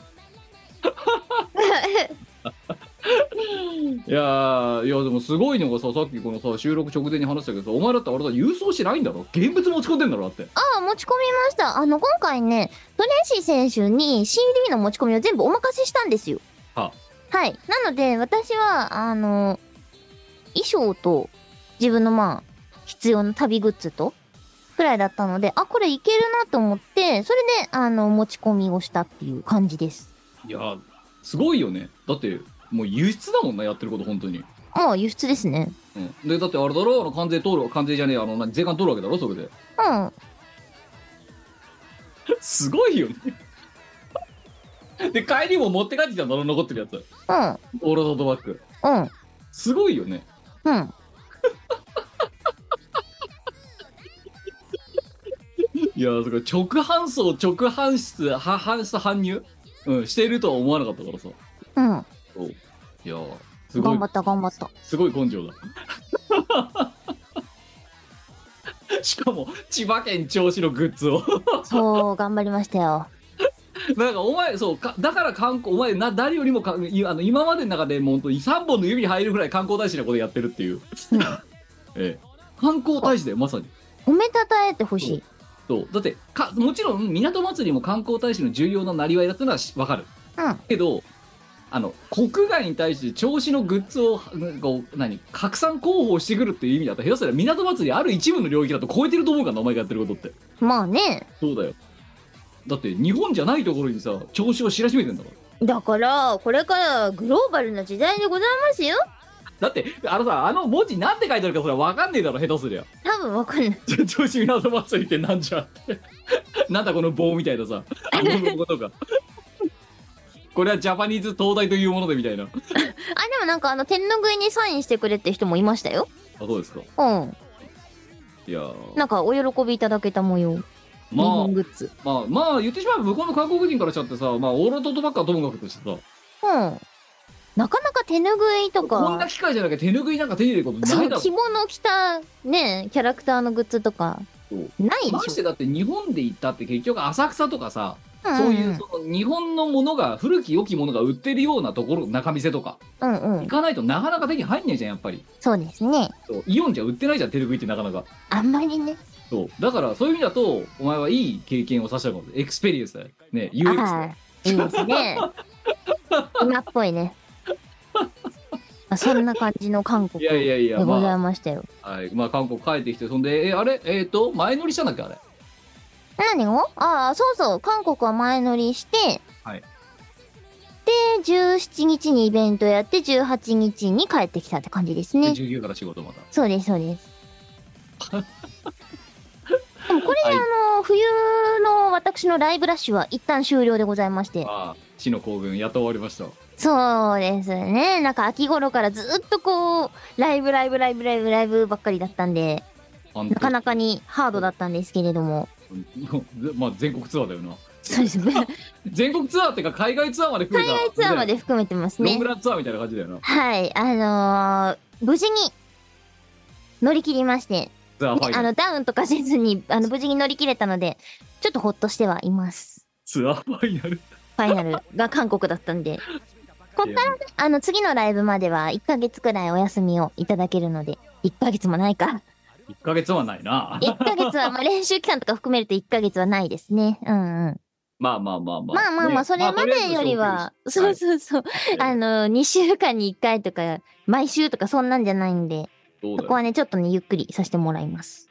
D: いやーいやでもすごいのがささっきこのさ収録直前に話したけどさお前だってあれだ郵送してないんだろ現物持ち込んでんだろだって
A: ああ持ち込みましたあの今回ねトレイシー選手に CD の持ち込みを全部お任せしたんですよ
D: は
A: はいなので私はあの衣装と自分のまあ必要な旅グッズとくらいだったのであこれいけるなと思ってそれであの持ち込みをしたっていう感じです
D: いやーすごいよねだってもう輸出だもんなやってること本当に
A: もう輸出ですね
D: うんでだってあれだろあの関税通る関税じゃねえあの何税関通るわけだろそれで
A: うん
D: すごいよねで帰りも持って帰ってきたんだろ残ってるやつ
A: うん
D: オーロラドバッグ
A: うん
D: すごいよね
A: うん
D: いやーそれ直搬送直搬出は搬出搬入、うん、してるとは思わなかったからさ
A: うん
D: そういやーすごい
A: 頑張った頑張った
D: すごい根性だしかも千葉県銚子のグッズを
A: そう頑張りましたよ
D: なんかお前そうかだから観光お前な誰よりもかいあの今までの中でもう本当に3本の指に入るぐらい観光大使なことやってるっていう、ええ、観光大使だよまさに
A: 褒めたたえてほしい
D: そうだってかもちろん港祭りも観光大使の重要ななりわいだってのはしわかる、
A: うん
D: けどあの国外に対して調子のグッズをうんこう何拡散広報してくるっていう意味だと下手すりゃ港祭りある一部の領域だと超えてると思うからなお前がやってることって
A: まあね
D: そうだよだって日本じゃないところにさ調子を知らしめてんだか
A: だ
D: ら
A: からこれからグローバルな時代でございますよ
D: だってあのさあの文字なんて書いてあるかそれわかんねえだろ下手すりゃ
A: 多分わかんない
D: 調子港祭りってなんじゃって なんだこの棒みたいなさあのことかこれはジャパニーズ東大というものでみたいな
A: あでもなんかあの天の食いにサインしてくれって人もいましたよ
D: あそうですか
A: うん
D: いやー
A: なんかお喜びいただけた模様、日
D: まあ
A: 本グッズ
D: まあまあ言ってしまえば向こうの韓国人からしちゃってさまあオールドトばっかともかくとしてさ
A: うんなかなか手ぬぐいと
D: こんな
A: か
D: 機会じゃなきゃ手拭いなんか手に入れること
A: そ
D: な
A: う
D: いだろ
A: 着物着たねキャラクターのグッズとか
D: そう
A: ない
D: ま
A: で
D: し
A: して
D: だって日本で行ったって結局浅草とかさ
A: ょ
D: そういうその日本のものが古き良きものが売ってるようなところ中店とか
A: うんう
D: 行
A: ん
D: かないとなかなか手に入んないじゃんやっぱり
A: そうですね
D: そうイオンじゃ売ってないじゃん手拭いってなかなか
A: あんまりね
D: そうだからそういう意味だとお前はいい経験をさせたことエクスペリエンスだよね UX だよ
A: はいいいです ね今っぽいねまあそんな感じの韓
D: い
A: 国
D: やい
A: で
D: やいや
A: ござい
D: ま
A: ましたよ、
D: あ、はいまあ、韓国帰ってきてそんでえあれえっ、と前乗りしたんだっけあれ
A: 何をああそうそう韓国は前乗りして、
D: はい
A: で17日にイベントやって18日に帰ってきたって感じです
D: で
A: ね
D: 19から仕事また
A: そうですそうですでもこれで、
D: はい
A: あの冬の私のライブラッシュは一旦終了でございまして
D: ああ死の行軍やっと終わりました
A: そうですね。なんか秋頃からずっとこう、ライブライブライブライブライブばっかりだったんで、
D: な
A: なかなかにハードだったんですけれども。
D: まあ全国ツアーだよな
A: そうですね。
D: 全国ツアーっていうか海外ツアーまで含め
A: 海
D: た
A: 外ツアーまで含めてます
D: ロン
A: ね
D: グ。ランツアーみたいな感じだよな
A: はい。あのー無事に乗り切りまして、ね
D: ツアーフ
A: あ
D: ァイナル
A: の、ダウンとかせずに、あの、無事に乗り切れたので、ちょっとほっとしてはいます。
D: ツアーファイナル
A: ファイナルが韓国だったんで。こっから、あの、次のライブまでは1ヶ月くらいお休みをいただけるので、1ヶ月もないか。
D: 1ヶ月はないな
A: 1ヶ月は、まあ、練習期間とか含めると1ヶ月はないですね。うんうん。
D: まあまあまあま
A: ま
D: あ
A: あまあまあ、それまでよりは、 そう
D: う
A: そうそう。あの、2週間に1回とか、毎週とかそんなんじゃないんで、
D: そう
A: そこ
D: だよ
A: はね、ちょっとね、ゆっくりさせてもらいます。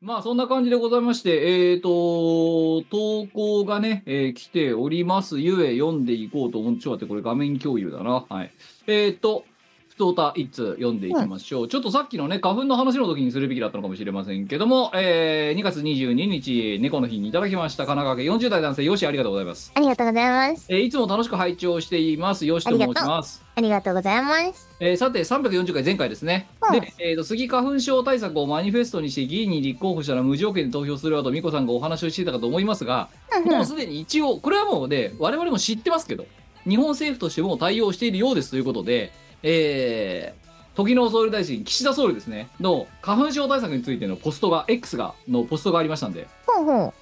D: まあそんな感じでございまして、えっ、と、投稿がね、えー来ておりますゆえ読んでいこうと思って、ちょっと待って、これ画面共有だな。はい。えっ、と、ふとたいつ読んでいきましょう、ちょっとさっきのね、花粉の話の時にするべきだったのかもしれませんけども、えー2月22日、猫の日にいただきました、神奈川県40代男性、よし、ありがとうございます。
A: ありがとうございます。
D: えーいつも楽しく拝聴しています、よしと申します。
A: ありがとうございます。
D: えーさて340回前回ですね、
A: うん
D: で、えーと杉花粉症対策をマニフェストにして議員に立候補したら無条件で投票するわと美子さんがお話をしていたかと思いますが、
A: うんう
D: もうんすでに一応これはもうね我々も知ってますけど日本政府としてもう対応しているようですということで、えー時の総理大臣岸田総理ですねの花粉症対策についてのポストが X がのポストがありましたんで
A: ほうほう。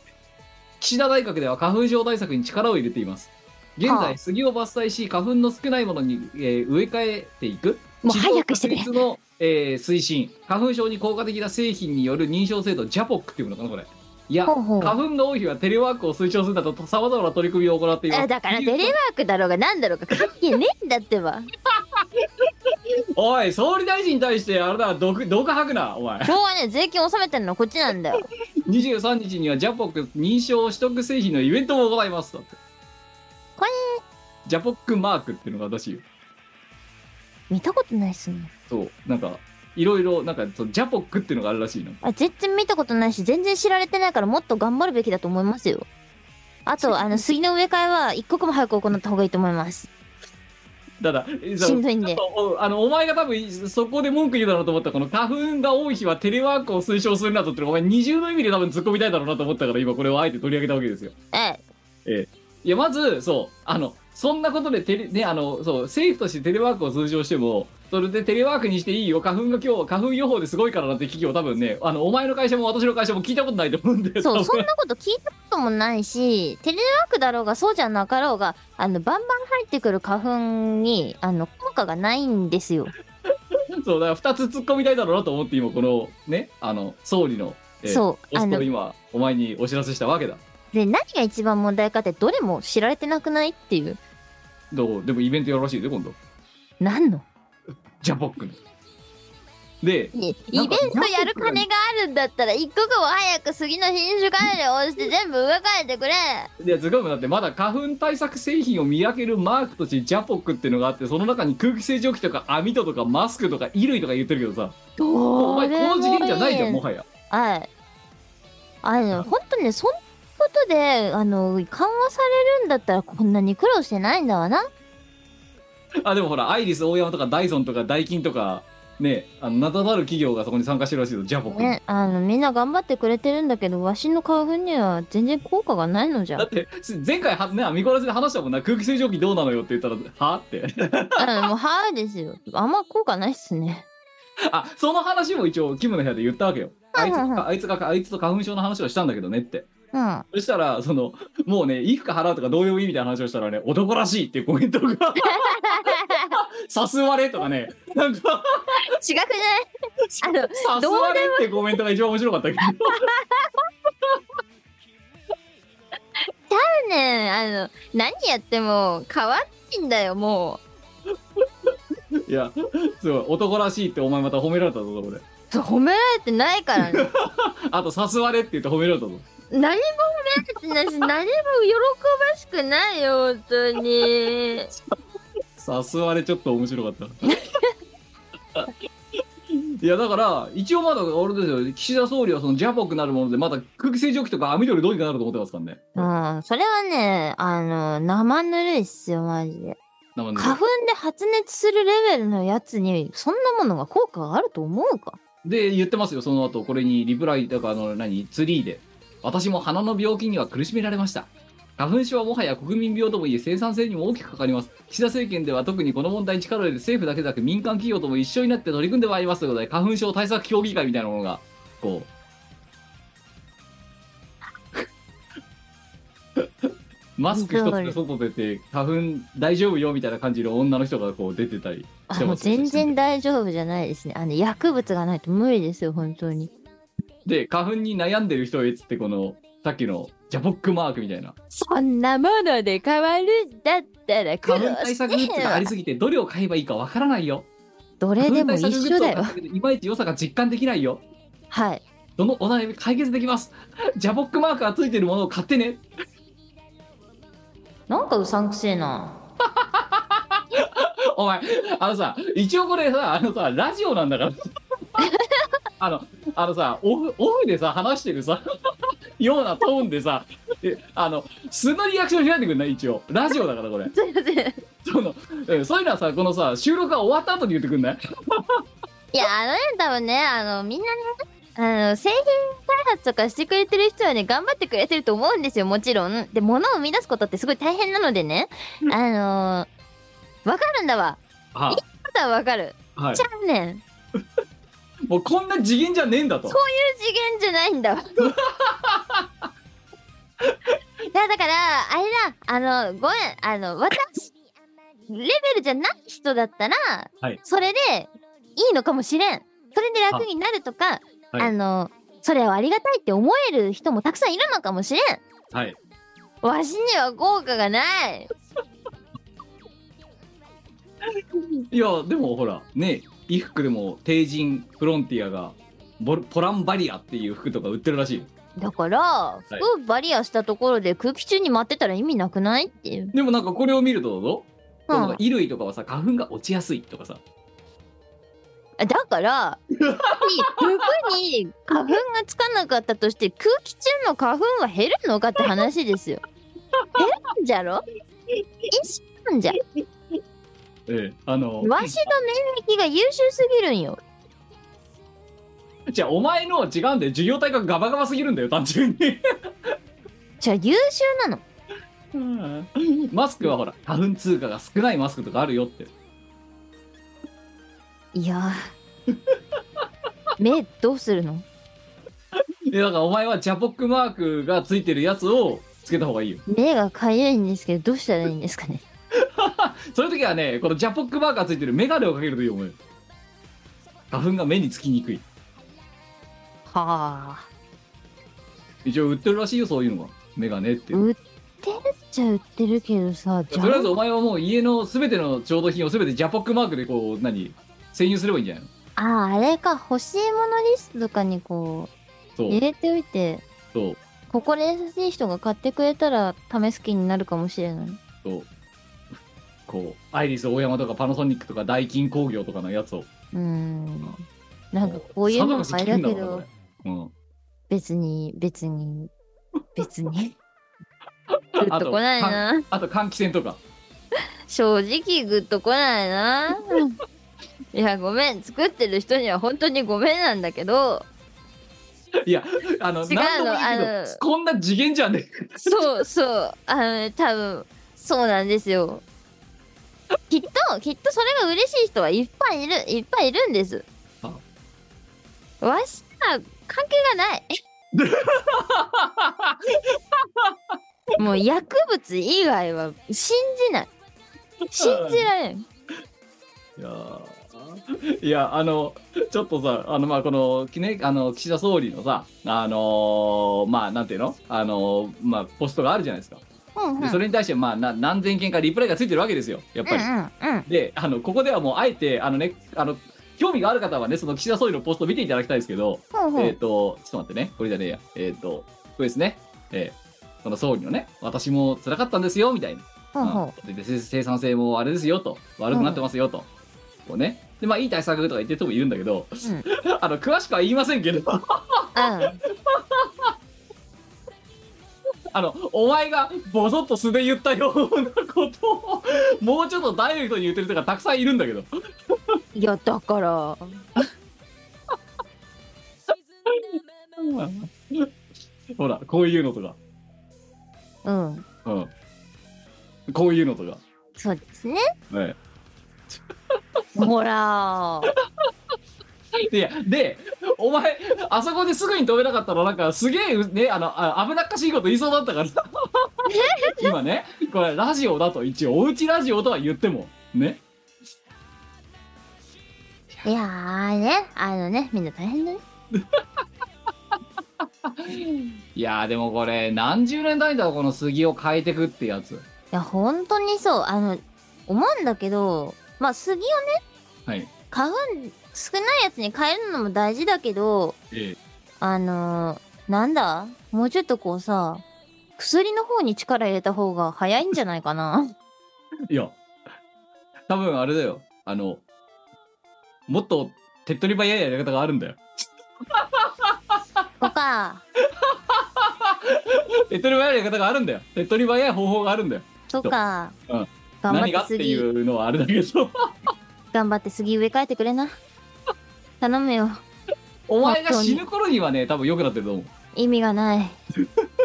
D: 岸田内閣では花粉症対策に力を入れています現
A: は
D: 在
A: あ
D: 杉を伐採し花粉の少ないものに、えー植え替えていく
A: もう早くしてくれ
D: 地方の、えー推進花粉症に効果的な製品による認証制度ジャポックっていうのかなこれいや
A: ほうほう
D: 花粉が多い日はテレワークを推奨するなどさまざまな取り組みを行っています
A: あだからテレワークだろうがなんだろうが関係ねえんだって ば
D: おい総理大臣に対してあれだ毒毒吐くなお 前
A: しょうがない税金納めてるのはこっちなんだよ
D: 23日にはジャポック認証取得製品のイベントも行いますだって
A: こん
D: ジャポックマークっていうのが私
A: 見たことないっすね
D: そうなんかいろいろなんかそうジャポックっていうのがあるらしいの
A: あ全然見たことないし全然知られてないからもっと頑張るべきだと思いますよあとあの杉の植え替えは一刻も早く行った方がいいと思います
D: ただえそ
A: しん
D: の
A: どいんで
D: おあのお前が多分そこで文句言うだろうと思ったこの花粉が多い日はテレワークを推奨するなどってのがお前二重の意味で多分突っ込みたいだろうなと思ったから今これをあえて取り上げたわけですよ
A: ええ
D: いやまずそうあのそんなことでテレねあのそう政府としてテレワークを推奨してもそれでテレワークにしていいよ花粉が今日花粉予報ですごいからなって企業多分ねあのお前の会社も私の会社も聞いたことないと思うんで
A: そ
D: 多
A: う、
D: 分
A: そんなこと聞いたこともないし、テレワークだろうが、そうじゃなかろうが、あの、バンバン入ってくる花粉に、あの、効果がないんですよ。
D: そうだから2つ突っ込みたいだろうなと思って今このねあの総理の、えー
A: そう
D: ポ
A: あ
D: スト
A: の
D: を今お前にお知らせしたわけだ
A: で、何が一番問題かって、どれも知られてなくないっていう。
D: どうでもイベントやるらしいで今度
A: なんの
D: ジャポックので
A: いイベン
D: なんか
A: トやる金があるんだったら、一刻も早く杉の品種改良をして全部植え替えてくれ。
D: でズガムだってまだ花粉対策製品を見分けるマークとしてジャポックっていうのがあってその中に空気清浄機とか網戸とかマスクとか衣類とか言ってるけどさ
A: ど
D: お前この次元じゃないじゃんもはや
A: はい。あの、本当ね、そんなことで、あの、緩和されるんだったら、こんなに苦労してないんだわな。
D: あでもほらアイリス大山とかダイソンとかダイキンとかねあの名だたる企業がそこに参加してるらしいぞジャポックに、
A: ね、あのみんな頑張ってくれてるんだけどわしの花粉には全然効果がないのじゃ。う
D: だって前回はねアミコラスで話したもんな空気清浄機どうなのよって言ったらはって
A: ん、もうはーですよ。あんま効果ないっすね。
D: あその話も一応キムの部屋で言ったわけよあいつあいつがあいつと花粉症の話をしたんだけどねって
A: うん。
D: そしたら、その、もうね、衣服払うとかどうでもいいみたいな話をしたらね、男らしいっていうコメントが、 さすわれとかね、なんか、
A: 違くないあの
D: さすわれっていうコメントが一番面白かったけど、
A: ねえあの何やっても変わってんだよも
D: いや、すごい、男らしいってお前また褒められたぞ、そこで。
A: う。そう褒められてないから ね。
D: あと、さすわれって言って褒められたぞ。
A: 何も褒められてないし何も喜ばしくないよ本当に。
D: さすわれちょっと面白かった。いやだから一応まだあれですよ岸田総理はそのジャポックなるものでまだ空気清浄機とか網戸でどうにかなると思ってますからね。
A: うん、それはねあの生ぬるいっすよマジで。
D: 生で
A: 花粉で発熱するレベルのやつにそんなものが効果があると思うか
D: で言ってますよその後これにリプライだからあの何ツリーで私も鼻の病気には苦しめられました花粉症はもはや国民病ともいえ生産性にも大きくかかります岸田政権では特にこの問題に力を入れて政府だけでなく民間企業とも一緒になって取り組んでまいりますということで花粉症対策協議会みたいなものがこ うマスク一つで外出て花粉大丈夫よみたいな感じの女の人がこう出てたり
A: あ
D: して
A: も
D: ま
A: う
D: すよ
A: 全然大丈夫じゃないですねあの薬物がないと無理ですよ本当に
D: で花粉に悩んでる人へっつってこのさっきのジャポックマークみたいな
A: そんなもので変わるんだったら苦労
D: 花粉対策グッ
A: して
D: ズがありすぎてどれを買えばいいかわからないよ
A: どれ
D: 花
A: で
D: 粉
A: も
D: 対
A: 一
D: 策グッズ
A: 緒だ
D: を買っ
A: よ
D: たけどいまいち良さが実感できないよ
A: はい
D: そのお悩み解決できますジャポックマークがついてるものを買ってね
A: なんかうさんくせえな
D: お前あのさ一応これさあのさラジオなんだから あのあのさオフオフでさ話してるさ ようなトーンでさえあの素のリアクションしないでくんない一応ラジオだからこれ
A: すいませんい
D: そのえそういうのはさこのさ収録が終わった後に言ってくんない
A: やあのね多分ねあのみんなねあの製品開発とかしてくれてる人はね頑張ってくれてると思うんですよもちろんで物を生み出すことってすごい大変なのでねあのわかるんだわ
D: は
A: ことはわかる
D: はい
A: じゃあねん
D: もうこんな次元じゃねえんだと
A: そ次元じゃないん だわ。いやだからあれだあのごめんあの私レベルじゃない人だったら、
D: はい
A: それでいいのかもしれんそれで楽になるとかあ,、
D: はい
A: のそれをありがたいって思える人もたくさんいるのかもしれん
D: はい
A: わしには効果がない
D: いやでもほらね衣服でも帝人フロンティアがボルポランバリアっていう服とか売ってるらしいよ
A: だから
D: い
A: 服バリアしたところで空気中に待ってたら意味なくないっていう、
D: でもなんかこれを見るとどう
A: うん
D: なんか衣類とかはさ花粉が落ちやすいとかさ
A: だから服に花粉がつかなかったとして空気中の花粉は減るのかって話ですよ減るんじゃろ意識なんじゃ
D: ええあの
A: わしの免疫が優秀すぎるんよ
D: じゃあお前のは違うんだよ授業体がガバガバすぎるんだよ単純に
A: じゃあ優秀なの
D: マスクはほら花粉通貨が少ないマスクとかあるよって
A: いやー目どうするの
D: でだからお前はジャポックマークがついてるやつをつけた方がいいよ
A: 目がかゆいんですけどどうしたらいいんですかね
D: そういう時はねこのジャポックマークがついてるメガネをかけるといいよお前花粉が目につきにくい
A: はあ
D: 一応売ってるらしいよそういうのがメガネっていう
A: 売ってるっちゃ売ってるけどさじ
D: と
A: ゃ
D: りあえずお前はもう家のすべての調度品をすべてジャポックマークでこう何占有すればいいんじゃないの
A: ああーあれか欲しいものリストとかにこう
D: そう
A: 入れておいて
D: そう
A: ここで優しい人が買ってくれたら試す気になるかもしれない
D: そうこうアイリス大山とかパナソニックとかダイキン工業とかのやつを
A: うーんなんかこういうのもあれだけど、
D: うん、
A: 別に別に別にグ
D: あ
A: ッとこないな
D: あと換気扇とか
A: 正直グッとこないないやごめん作ってる人には本当にごめんなんだけど
D: いやあの
A: 違うの
D: 何度も言うけど
A: あの
D: こんな次元じゃねえ
A: そうそうあのね多分そうなんですよきっときっとそれが嬉しい人はいっぱいいるいっぱいいるんです
D: あ
A: わしは関係がな いもう薬物以外は信じない信じられん
D: いやーいやあのちょっとさあのまあこの,、ね、あの岸田総理のさあのーまあなんていうのあのーまあポストがあるじゃないですか、
A: うんうん
D: でそれに対してまあな何千件かリプライがついてるわけですよやっぱり、
A: うんうんうん
D: であのここではもうあえてあのねあの興味がある方はねその岸田総理のポストを見ていただきたいですけど、
A: ほうほう
D: えっ、とちょっと待ってねこれじゃねえやえっ、とこれですねえーその総理のね私も辛かったんですよみたいな
A: ほうほう
D: うんでで生産性もあれですよと悪くなってますよと、こうねでまあいい対策とか言ってる人もいるんだけど、
A: ん
D: あの詳しくは言いませんけど
A: うん
D: あのお前がボソッと素で言ったようなことをもうちょっとダイレクトに言ってる人がたくさんいるんだけど
A: いやだから
D: ほらこういうのとか、
A: うん
D: うん、こういうのとか、
A: そうですね
D: ね、
A: ほら
D: いやでお前あそこですぐに止めなかったらなんかすげえ、ね、あのあ危なっかしいこと言いそうだったから今ねこれラジオだと一応おうちラジオとは言ってもね
A: いやーねあのねみんな大変だね
D: いやーでもこれ何十年代だろうこの杉を変えてくってやつ
A: いや本当にそうあの思うんだけどまあ杉を
D: はい
A: 花粉少ないやつに変えるのも大事だけど
D: え
A: あのー、なんだもうちょっとこうさ薬の方に力入れた方が早いんじゃないか な
D: いや多分あれだよあのもっと手っ取り早いやり方があるんだよ
A: こうか
D: 手っ取り早いやり方があるんだよ手っ取り早い方法があるんだよ
A: そうか、
D: うん
A: 頑張
D: 何
A: っ
D: が
A: て
D: って
A: 杉
D: いうのはあれだ けど
A: 頑張って杉植え替えてくれな頼むよ
D: お前が死ぬ頃にはね多分良くなってると思う
A: 意味がない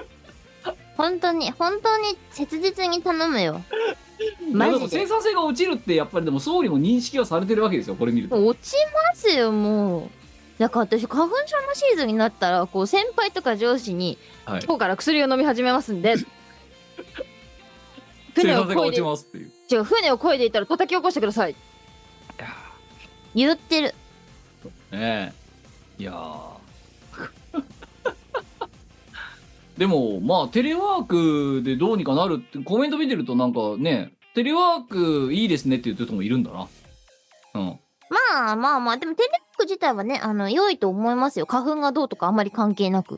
A: 本当に本当に切実に頼むよマ
D: いやでも
A: ジで
D: 生産性が落ちるってやっぱりでも総理も認識はされてるわけですよこれ見ると
A: 落ちますよもうだから私花粉症のシーズンになったらこう先輩とか上司に、
D: は い
A: 今日から薬を飲み始めますんで薬
D: 生
A: 船を漕
D: 産性が
A: い
D: 落
A: で
D: ちますっていう。い
A: 違う船を漕いでいたら叩き起こしてください
D: や
A: 言ってる
D: ーねえ。いやー でも、まあ、テレワークでどうにかなるって、コメント見てるとなんかね、テレワークいいですねって言ってる人もいるんだな。うん。
A: まあまあまあでもテレワーク自体はねあの良いと思いますよ花粉がどうとかあんまり関係な く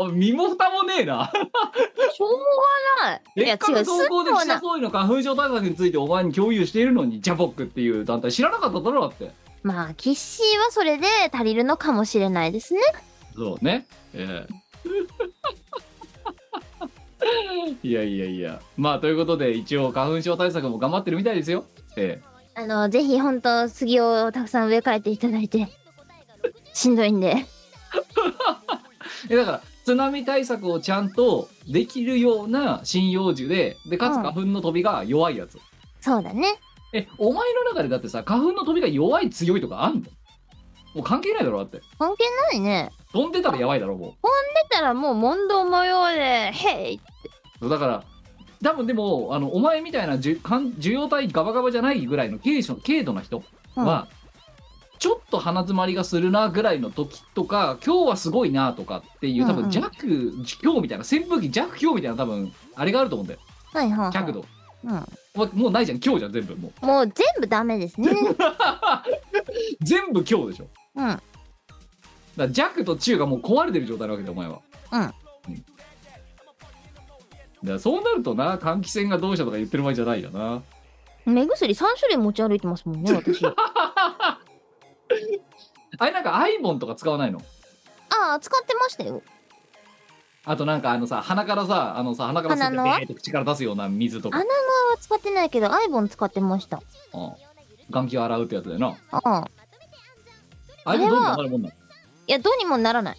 D: あ身も蓋もねえな。
A: しょうがないい
D: せ
A: や
D: っかく
A: 違う
D: 投稿で
A: 素直
D: 岸
A: な
D: 田総理の花粉症対策についてお前に共有しているのにジャボックっていう団体知らなかっただろうだって
A: まあキッシーはそれで足りるのかもしれないですね
D: そうねえ えいやいやいやまあということで一応花粉症対策も頑張ってるみたいですよえ
A: あのぜひ本当杉をたくさん植え替えていただいてしんどいんで
D: ええだから津波対策をちゃんとできるような針葉樹ででかつ
A: うん
D: 花粉の飛びが弱いやつ、
A: そうだね
D: えお前の中でだってさ花粉の飛びが弱い強いとかあんのもう関係ないだろだって
A: 関係ないね
D: 飛んでたらやばいだろもう
A: 出たらもう問答模様で「へい!」
D: そうだから多分でもあのお前みたいなじゅかん受容体ガバガバじゃないぐらいの軽症軽度な人は、ちょっと鼻詰まりがするなぐらいの時とか今日はすごいなとかっていう
A: う
D: 多
A: んう
D: 分
A: ん
D: 弱、今日みたいな扇風機弱今日みたいな多分あれがあると思うんだよ
A: はいはい、はい、
D: 100度、
A: うん
D: お前もうないじゃん今日じゃん全部もう
A: もう全部ダメです ね
D: 全部今日でしょ
A: うん
D: だから弱と中がもう壊れてる状態なわけでお前は
A: うん
D: うんだからそうなるとな換気扇がどうしたとか言ってる場合じゃないよな
A: 目薬3種類持ち歩いてますもんね 私あ
D: あれなんかアイボンとか使わないの
A: あ使ってましたよ
D: あとなんかあのさ鼻からさあのさ鼻から吸って
A: 鼻の
D: ベーって口から出すような水とか
A: 穴は使ってないけどアイボン使ってました
D: うん眼球洗うってやつだよな
A: ああ
D: あれ
A: あれは
D: どうにかなるもんなの
A: いやどうにもならない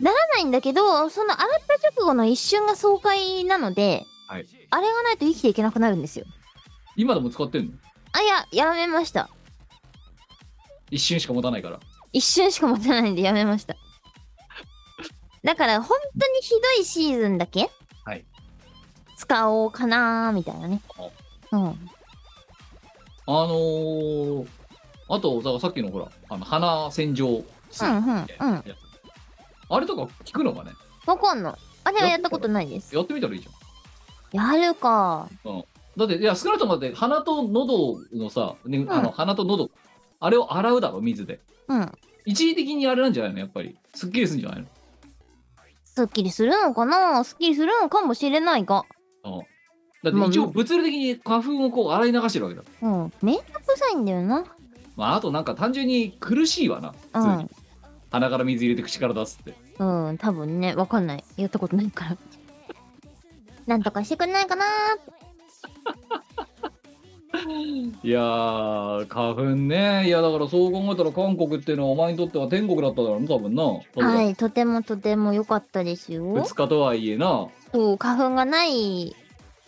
A: ならないんだけどその洗った直後の一瞬が爽快なので、
D: はい
A: あれがないと生きていけなくなるんですよ
D: 今でも使ってんの
A: あいややめました
D: 一瞬しか持たないから
A: 一瞬しか持てないんでやめましただから本当にひどいシーズンだけ、
D: はい
A: 使おうかなーみたいなねうん
D: あのー、あとだからさっきのほらあの鼻洗浄水
A: うんうんうん
D: みたいなやつあれとか効くのかね
A: わかんないあれはやったことないです
D: やってみたらいいじゃん
A: やるか
D: だっていや少なくともだって鼻と喉のさ、ねあの鼻と喉あれを洗うだろ水で
A: うん
D: 一時的にあれなんじゃないのやっぱりすっきりするんじゃないの
A: すっきりするのかなすっきりするのかもしれないが
D: ああだって一応
A: まあ
D: 物理的に花粉をこう洗い流してるわけだ、
A: うんめんどくさいんだよな
D: まあ、あとなんか単純に苦しいわな普通に、鼻から水入れて口から出すって
A: うんうん多分ねわかんないやったことない からなんとかしてくんないかなー
D: いやー花粉ねいやだからそう考えたら韓国っていうのはお前にとっては天国だっただろうな多分な
A: はいいとてもとても良かったですよ
D: 2日とはいえな、
A: そう花粉がない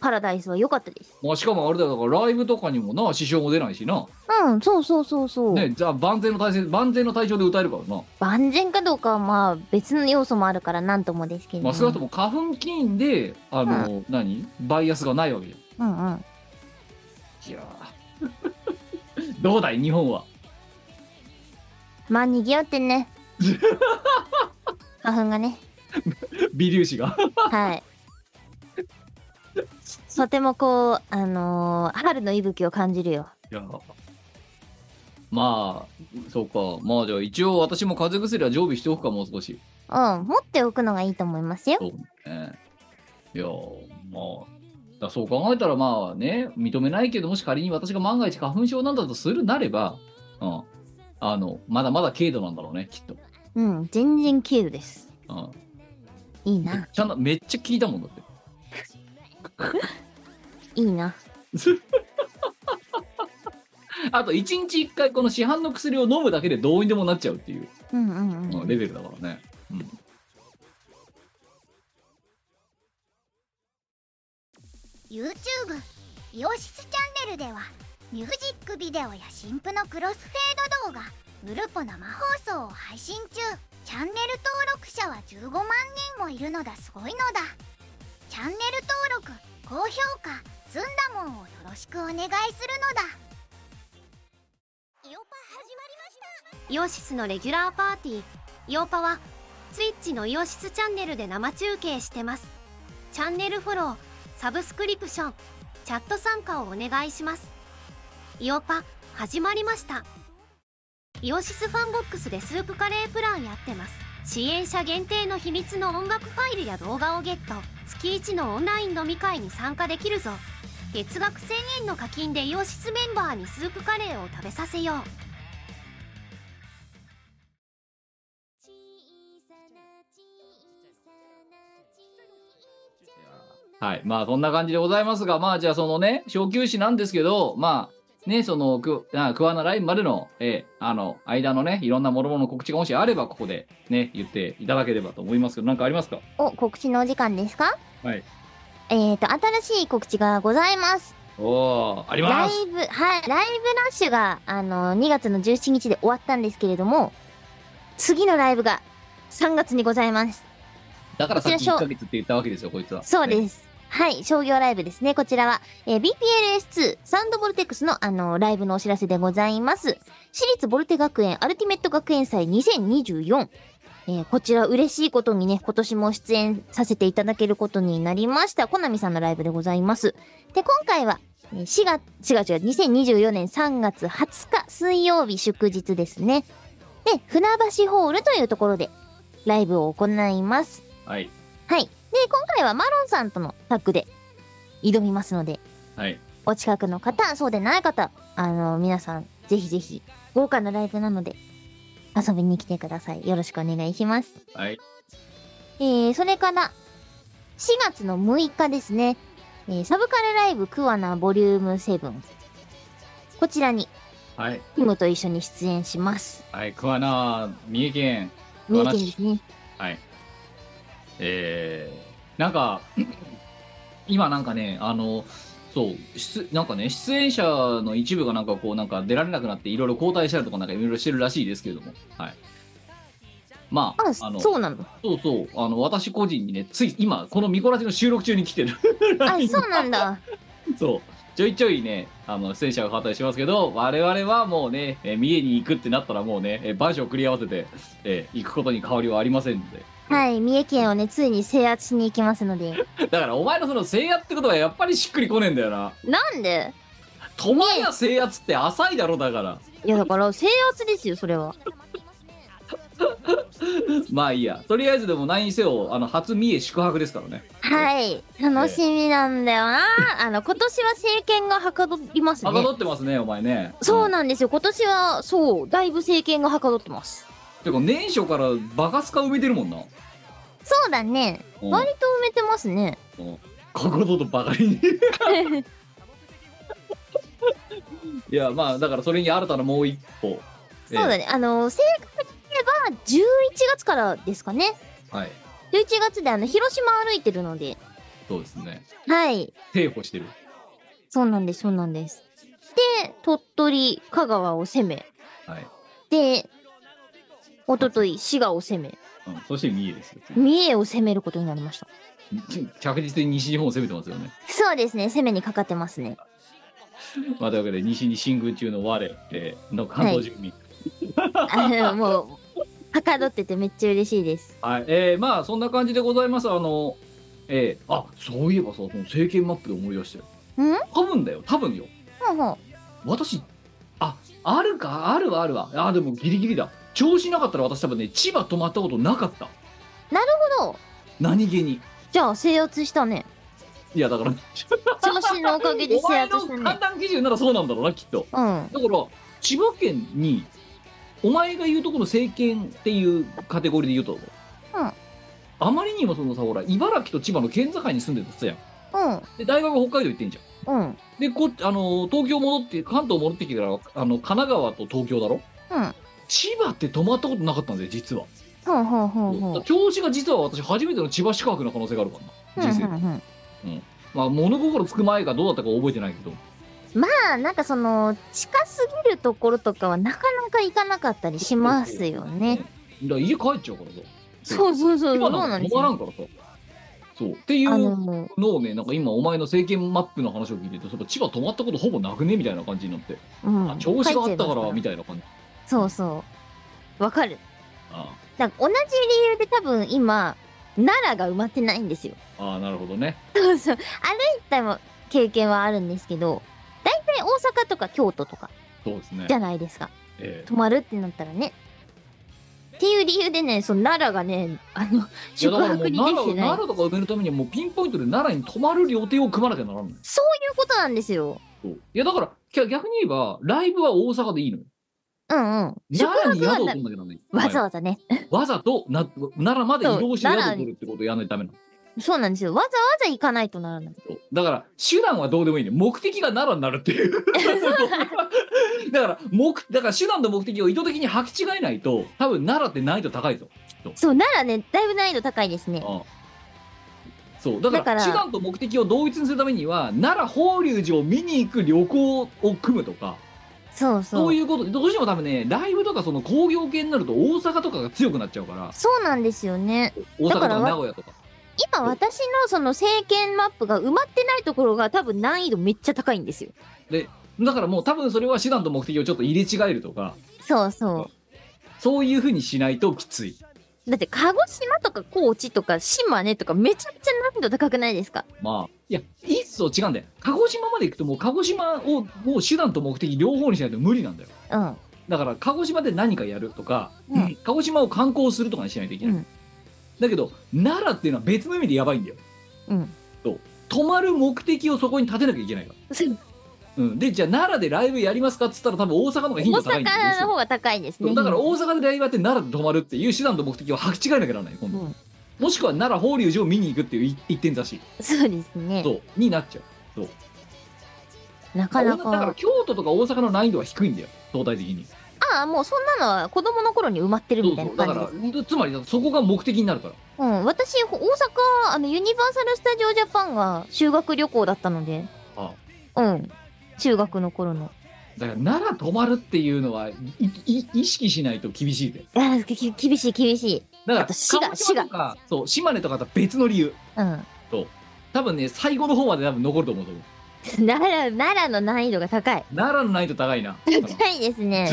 A: パラダイスは良かったです
D: まあ、しかもあれだよだからライブとかにもな支障も出ないしな、
A: うんそうそうそうそう、
D: ね、じゃあ万全の体制万全の対象で歌えるからな、
A: 万全かどうかはまあ別の要素もあるからなんともですけれど
D: まあ、少なくとも花粉菌であの、
A: う
D: 何バイアスがないわけじゃん
A: うんうん
D: いやー どうだい日本は
A: まあ賑わってん ね花粉がね
D: 微粒子が
A: はい。とてもこう、あのー春の息吹を感じるよ。
D: いやーまあそうかまあじゃあ一応私も風邪薬は常備しておくかもう少し
A: うん、持っておくのがいいと思いますよ。
D: そうねいやーまあだそう考えたらまあね認めないけどもし仮に私が万が一花粉症なんだとするなれば、うん、あのまだまだ軽度なんだろうねきっと、
A: うん、全然軽度です。
D: うん、
A: いい
D: めっ
A: な、
D: ちゃなめっちゃ効いたもんだって
A: いいな。
D: あと1日1回この市販の薬を飲むだけでどうにでもなっちゃうっていう
A: うんうんうん。
D: うんレベルだからね。うん
C: YouTube イオシスチャンネルではミュージックビデオや新婦のクロスフェード動画ヌルポ生放送を配信中
E: チャンネル登録者は15万人もいるのだすごいのだチャンネル登録高評価ずんだもんをよろしくお願いするのだイオパ始まりました
B: イオシスのレギュラーパーティー「イオパ」は Twitch のイオシスチャンネルで生中継してますチャンネルフォローサブスクリプションチャット参加をお願いしますイオパ始まりましたイオシスファンボックスでスープカレープランやってます支援者限定の秘密の音楽ファイルや動画をゲット月1のオンライン飲み会に参加できるぞ月額1000円の課金でイオシスメンバーにスープカレーを食べさせよう
D: はい。まあ、そんな感じでございますが、まあ、じゃあ、そのね、小休止なんですけど、まあ、ね、その、クあクワナライブまでの、えーあの、間のね、いろんな諸々の告知がもしあれば、ここでね、言っていただければと思いますけど、なんかありますか
A: お、告知のお時間ですか
D: はい。
A: えっ、ー、と、新しい告知がございます。
D: おー、あり
A: ラ
D: ま
A: イ
D: す
A: ブ、はい、ライブラッシュが、あの、2月の17日で終わったんですけれども、次のライブが3月にございます。
D: だからさっ
A: こ
D: き
A: ちら
D: 1
A: しょ
D: ヶ月って言ったわけですよ、こいつは。
A: そう
D: ね
A: です。はい、商業ライブですね。こちらは、えー BPLS2 サンドボルテックスの、あの、ライブのお知らせでございます。私立ボルテ学園アルティメット学園祭2024。えーこちら嬉しいことにね、今年も出演させていただけることになりました。コナミさんのライブでございます。で、今回は、えー4月、違う違う、2024年3月20日水曜日祝日ですね。で、船橋ホールというところでライブを行います。
D: はい。
A: はい。で、今回はマロンさんとのタッグで挑みますので、
D: はい。
A: お近くの方、そうでない方、あの、皆さん、ぜひぜひ、豪華なライブなので、遊びに来てください。よろしくお願いします。
D: はい。
A: えー、それから、4月の6日ですね、えーサブカルライブクワナボリューム7。こちらに、
D: はい。
A: キムと一緒に出演します。
D: はい。桑名、三重県。
A: 三重県ですね。
D: はい。えー、なんか、 今なんかね、あの、そう、出なんかね、出演者の一部がなんかこう、なんか出られなくなって、いろいろ交代したりとか、なんかいろいろしてるらしいですけれども、はい。まあ、
A: あ、
D: の
A: そうなの。
D: そうそうあの、私個人にね、つい今、このミコラジの収録中に来てる。
A: あ、そうなんだ。
D: そう。ちょいちょいね、あの、出演者が変わったりしますけど、我々はもうね、えー三重に行くってなったらもうね、えー、番所を繰り合わせて、えー行くことに変わりはありませんので、
A: はい、三重県をね、ついに制圧しに行きますので。
D: だからお前のその制圧ってことはやっぱりしっくりこねえんだよな。
A: なんで
D: 止まりゃ制圧って浅いだろだから。
A: いやだから制圧ですよそれは
D: まあいいや。とりあえずでも何にせよ、あの、初三重宿泊ですからね。
A: はい楽しみなんだよなあの今年は政権がはかどります
D: はか
A: ね
D: どってますね、お前ね。
A: そう
D: な
A: なんですよ今年はそうだいぶ政権がはかどってます
D: てか年初からバカスカ埋めてるもんな。
A: そうだね
D: うん
A: 割と埋めてます ね
D: うんここぞとばかりに。 いや、まあだからそれに新たなもう一歩。
A: そうだ
D: ね。
A: ねあの正確に言えば11月からですかね
D: はい。
A: 11月であの広島歩いてるので
D: そうですね。
A: はい
D: 定歩してる。
A: そうなんですそうなんですで鳥取香川を攻め
D: はい。
A: で一昨日滋賀を攻め
D: うん、そして三重ですよ。
A: 三重を攻めることになりました
D: 着実に西日本を攻めてますよね。
A: そうですね攻めにかかってますね
D: まあ、というわけで西に進軍中の我、えーの関東住民、
A: あのもうはかどっててめっちゃ嬉しいです
D: はいえーまあそんな感じでございますあのえーあそういえばさその政権マップで思い出して
A: ん
D: 多分だよ多分よ
A: ほうほう
D: 私ああるかあるはあるわあでもギリギリだ調子なかったら私多分ね千葉泊まったことなかった
A: ほど
D: 何気に
A: じゃあ制圧したね
D: いやだから
A: 調子のおかげで
D: お
A: 制
D: 前
A: 圧
D: の
A: した
D: 判
A: ね
D: 断基準ならそうなんだろうなきっと
A: うん
D: だから千葉県にお前が言うとこの政権っていうカテゴリーで言うと、
A: ん
D: あまりにもそのさほら茨城と千葉の県境に住んでたっつったやん
A: う
D: で大学は北海道行ってんじゃん
A: んうん
D: でこあの東京戻って関東戻ってきたらあの神奈川と東京だろ、
A: うん
D: 千葉って泊まったことなかったんだよ実は、
A: ほうほうほうほう
D: 調子が実は私初めての千葉宿泊の可能性があるからな人生で、
A: うんうんうん
D: まあ物心つく前かどうだったか覚えてないけど
A: まあなんかその近すぎるところとかはなかなか行かなかったりしますよね。
D: ら家帰っちゃうからさ
A: そうそうそうそ
D: 今
A: う
D: な
A: なんんで
D: か
A: す
D: 止まら
A: よ
D: んからさそうっていう
A: あ
D: の
A: の
D: をねなんか今お前の政権マップの話を聞いてるとその千葉止まったことほぼなくねみたいな感じになって、
A: うん
D: あ調子があっ
A: 書いちゃ
D: たか
A: います
D: らみたいな感じ
A: そうそうわかる
D: あ
A: なんか同じ理由で多分今奈良が埋まってないんですよ
D: あああなるほどね
A: そうそう歩いたも経験はあるんですけど大体大阪とか京都とか
D: そうですね
A: じゃないですか
D: え
A: 泊まるってなったらねっていう理由でねその奈良がねあの
D: えいや
A: 宿
D: だからも
A: 泊
D: う
A: に
D: 奈
A: でき
D: 良
A: てない
D: 奈良とか埋めるためにはもうピンポイントで奈良に泊まる予定を組まなきゃならない
A: そういうことなんですよ
D: そういやだからきゃ逆に言えばライブは大阪でいいのよ
A: うんうん宿
D: 奈良に
A: 泊は
D: 宿を
A: な
D: 取んなきゃならない
A: わざ
D: わ
A: わざね
D: ざわざとな奈良まで移動して
A: そう
D: 宿を
A: 奈良
D: 取るってことをやらないとダメなの
A: そうなんですよわざわざ行かないとならない
D: そうだから手段はどうでもいいね目的が奈良になるっていう だから目だから手段と目的を意図的に履き違えないと多分奈良って難易度高いぞきっと
A: そう奈良ねだいぶ難易度高いですね
D: ああそうだか
A: だ
D: ら
A: から
D: 手段と目的を同一にするためには奈良法隆寺を見に行く旅行を組むとか
A: そうそう
D: そういうことどうしても多分ねライブとかその工業系になると大阪とかが強くなっちゃうから
A: そうなんですよね
D: 大阪と
A: だか
D: から
A: わ
D: 名古屋とか
A: 今私のその政権マップが埋まってないところが多分難易度めっちゃ高いんですよ
D: だからもう多分それは手段と目的をちょっと入れ違えるとか
A: そうそ
D: そういうふうにしないときついう
A: だって鹿児島とか高知とか島根とかめちゃめちゃ難易度高くないですか
D: まあ、いや、いっそ違うんだよ。鹿児島まで行くと、もう鹿児島をもう手段と目的両方にしないと無理なんだよ。
A: うん
D: だから、鹿児島で何かやるとか、
A: うん
D: 鹿児島を観光するとかにしないといけない。
A: うん
D: だけど、奈良っていうのは別の意味でやばいんだよ。
A: うん
D: 泊まる目的をそこに立てなきゃいけないから。
A: そう
D: うん、で、じゃあ奈良でライブやりますかっつったら、多分大阪の方が
A: 大
D: 頻度高いんだ
A: 阪の
D: よ。
A: 方が高いです
D: そ
A: ね
D: うだから大阪でライブやって奈良で泊まるっていう手段と目的を履き違えなきゃならない今度、
A: うん
D: もしくは奈良法隆寺を見に行くっていう一一点差し、
A: そうですね
D: そうになっちゃう
A: なかな
D: だから
A: か
D: 京都とか大阪の難易度は低いんだよ相対的に
A: ああもうそんなのは子供の頃に埋まってるみたいな
D: だ
A: 感
D: か
A: じで
D: ら
A: すね
D: つまりそこが目的になるから
A: うん私大阪あのユニバーサル・スタジオ・ジャパンが修学旅行だったので
D: あ
A: うん中学の頃の
D: だから奈良泊まるっていうのはいい意識しないと厳しいで
A: あーき厳しい厳しい
D: だから
A: あと滋賀
D: 鹿児島とかそう島根とかとは別の理由
A: うん
D: 多分ね最後の方まで多分残ると思うと思う
A: 奈良奈良の難易度が高い
D: 奈良の難易度 高いな
A: 高いです ね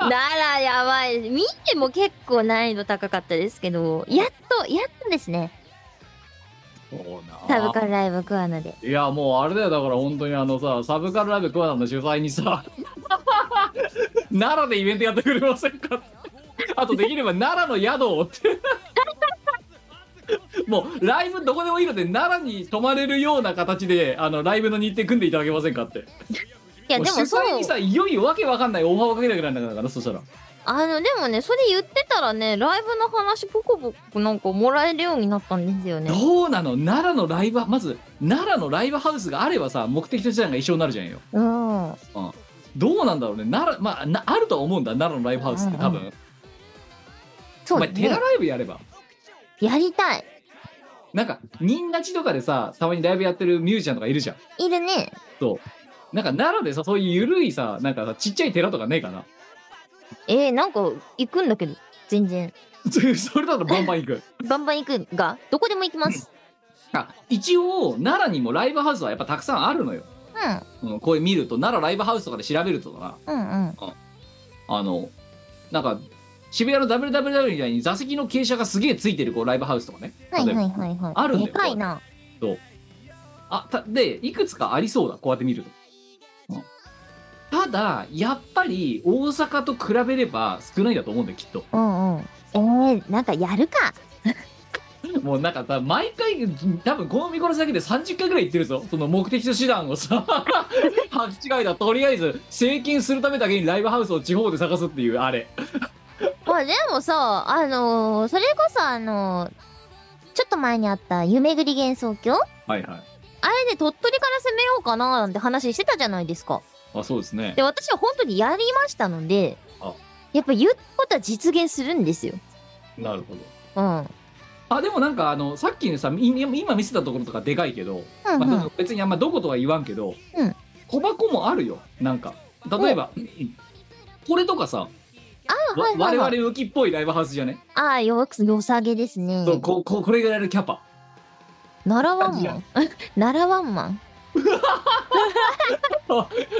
A: 奈良やばいです見ても結構難易度高かったですけどやっとやっとですね
D: そう
A: サ
D: な
A: ブカルライブ桑名で
D: いやもうあれだよだから本当にあのさサブカルライブクアナの主催にさ奈良でイベントやってくれませんかってあとできれば奈良の宿をってもうライブどこでもいいので奈良に泊まれるような形であのライブの日程組んでいただけませんかって
A: いやで
D: 主
A: もそう
D: 催にさいよいよわけわかんないオファーをかけなくなるんだからなそしたら
A: あのでもねそれ言ってたらねライブの話ポコポコなんかもらえるようになったんですよね
D: どうなの奈良のライブまず奈良のライブハウスがあればさ目的と手段が一緒になるじゃんよ
A: うん
D: どうなんだろうね奈良まあなあるとは思うんだ奈良のライブハウスって多分、
A: そう
D: お
A: だ
D: 前寺
A: ね
D: ライブやれば
A: やりたい
D: なんか新立とかでさたまにライブやってるミュージシャンとかいるじゃん
A: いるね
D: そうなんか奈良でさそういうゆるいさなんかさちっちゃい寺とかねえかな
A: えー、なんか行くんだけど全然
D: それそれだとバンバン行く
A: バンバン行くがどこでも行きます
D: あ一応奈良にもライブハウスはやっぱたくさんあるのよ、うん、こういう見ると奈良ライブハウスとかで調べるとな
A: うんうん
D: あのなんか渋谷の WWW みたいに座席の傾斜がすげえついてるこうライブハウスとかね
A: はい
D: 例えば
A: はいはいはい
D: あるんだ
A: で
D: よ
A: かいな
D: あたでいくつかありそうだこうやって見ると、うんただやっぱり大阪と比べれば少ないんだと思うんだよきっと
A: うんうんえー、なんかやるか
D: もうなんかさ毎回多分この見殺しだけで30回ぐらい言ってるぞその目的と手段をさ 履き違いだとりあえず請金するためだけにライブハウスを地方で探すっていうあれ
A: まあでもさあのーそれこそあのーちょっと前にあった夢ぐり幻想郷
D: はいはい
A: あれで鳥取から攻めようかななんて話してたじゃないですか
D: あそうですね
A: で私は本当にやりましたので
D: あ
A: やっぱ言ったことは実現するんですよ。
D: なるほど
A: うん。うん
D: あでもなんかあのさっきのさい今見せたところとかでかいけど、
A: うん
D: まあ、別にあんまどことは言わんけど、
A: うん
D: 小箱もあるよなんか例えばこれとかさ
A: あ、はいはい、
D: わ
A: は
D: 我
A: い。
D: 々向きっぽいライブハウスじゃね、
A: あー、よく、よさげですね。
D: そうこここれぐらいのキャパ
A: 奈良ワンマン。 奈良ワンマン。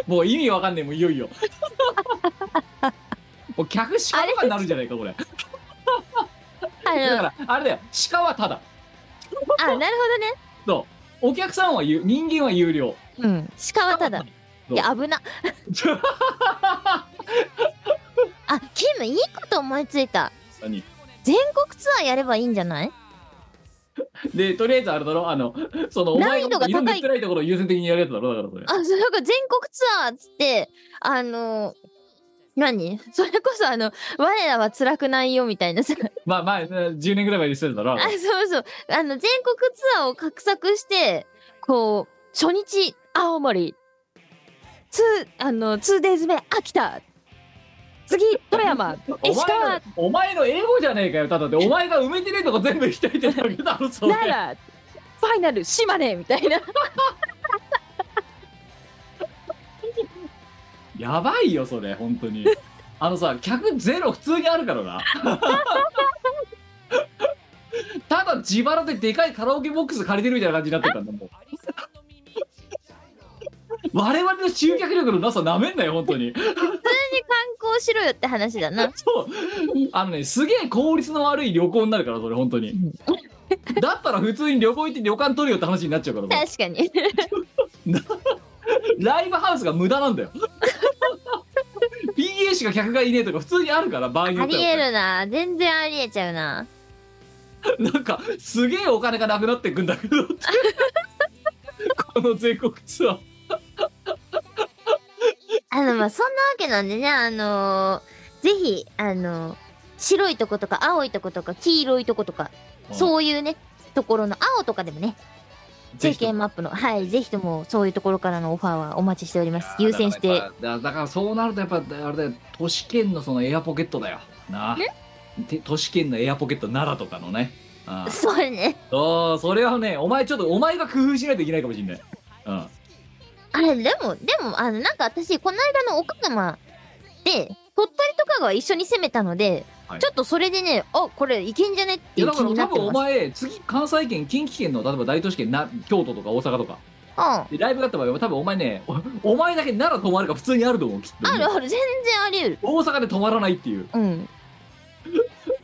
D: もう意味わかんねえもういよ いよもう客しかになるんじゃないかこれ
A: あ
D: だ
A: の、
D: からあれだよ鹿はただ
A: あ、なるほどね。
D: そうお客さんは有人間は有料
A: うん。鹿はただ。いや、危 な。あ、キム、いいこと思いついた。
D: 何
A: 全国ツアーやればいいんじゃない
D: でとりあえずあれだろあのそのお
A: 難
D: 前が
A: 易度が高い
D: 色塗ってないところを優先的にやるやつだろだ からそれ
A: あ、それが全国ツアーっつって、あの、何それこそあの、我らは辛くないよみたいなさ。
D: まあまあ10年ぐらい前にしてただろ
A: あ、そうそう。あの、全国ツアーを画策して、こう、初日、青森。ツー、あの、ツーデイズ目、秋田。次、富山。
D: お
A: え、
D: 前
A: 鹿
D: のお前の英語じゃねえかよただでお前が埋めてねえとこ全部行きたいってだけだろそれ
F: 奈良ファイナル島根みたいな
D: やばいよそれ 本当にあのさ客ゼロ普通にあるからな ただ自腹ででかいカラオケボックス借りてるみたいな感じになってたんだもう我々の集客力のなさなめんなよ本当に
A: 観光しろよって話だ な。
D: そうあのねすげえ効率の悪い旅行になるからそれ本当にだったら普通に旅行行って旅館取るよって話になっちゃうからもう
A: 確かに。
D: ライブハウスが無駄なんだよ PA しか客がいねえとか普通にあるから場合によ
A: あ
D: って
A: り
D: は
A: えるな。全然ありえちゃうな。
D: なんかすげえお金がなくなってくんだけどってこの全国ツアー
A: あの、まあ、そんなわけなんでね、あのーぜひ、あのー白いとことか青いとことか黄色いとことか、そういうね、ところの青とかでもね、
D: ぜひと
A: JK マップの、はい、ぜひともそういうところからのオファーはお待ちしております。優先して。
D: だからやっぱだだからそうなるとやっぱあれだよ都市圏のそのエアポケットだよなあて都市圏のエアポケット奈良とかのねああ
A: そうね。
D: そうそれはねお前ちょっとお前が工夫しないといけないかもしれない、うん、
A: あれ、でも、でも、あの、なんか私、この間の岡山で、鳥取とかが一緒に攻めたので、
D: はい
A: ちょっとそれでね、あ、これいけんじゃねって
D: い
A: い
D: や
A: う
D: だ
A: 気
D: から
A: にな
D: 多
A: って
D: 分お
A: ます。
D: 前次関西圏近畿圏の例えば大都市圏な京都とか大阪とか
A: うん。あ
D: でライブがあった場合は多分お前ねおお前だけ奈良泊まるか普通にあると思うきっと
A: るある、全然あり得る。
D: 大阪で止まらないっていう
A: うん。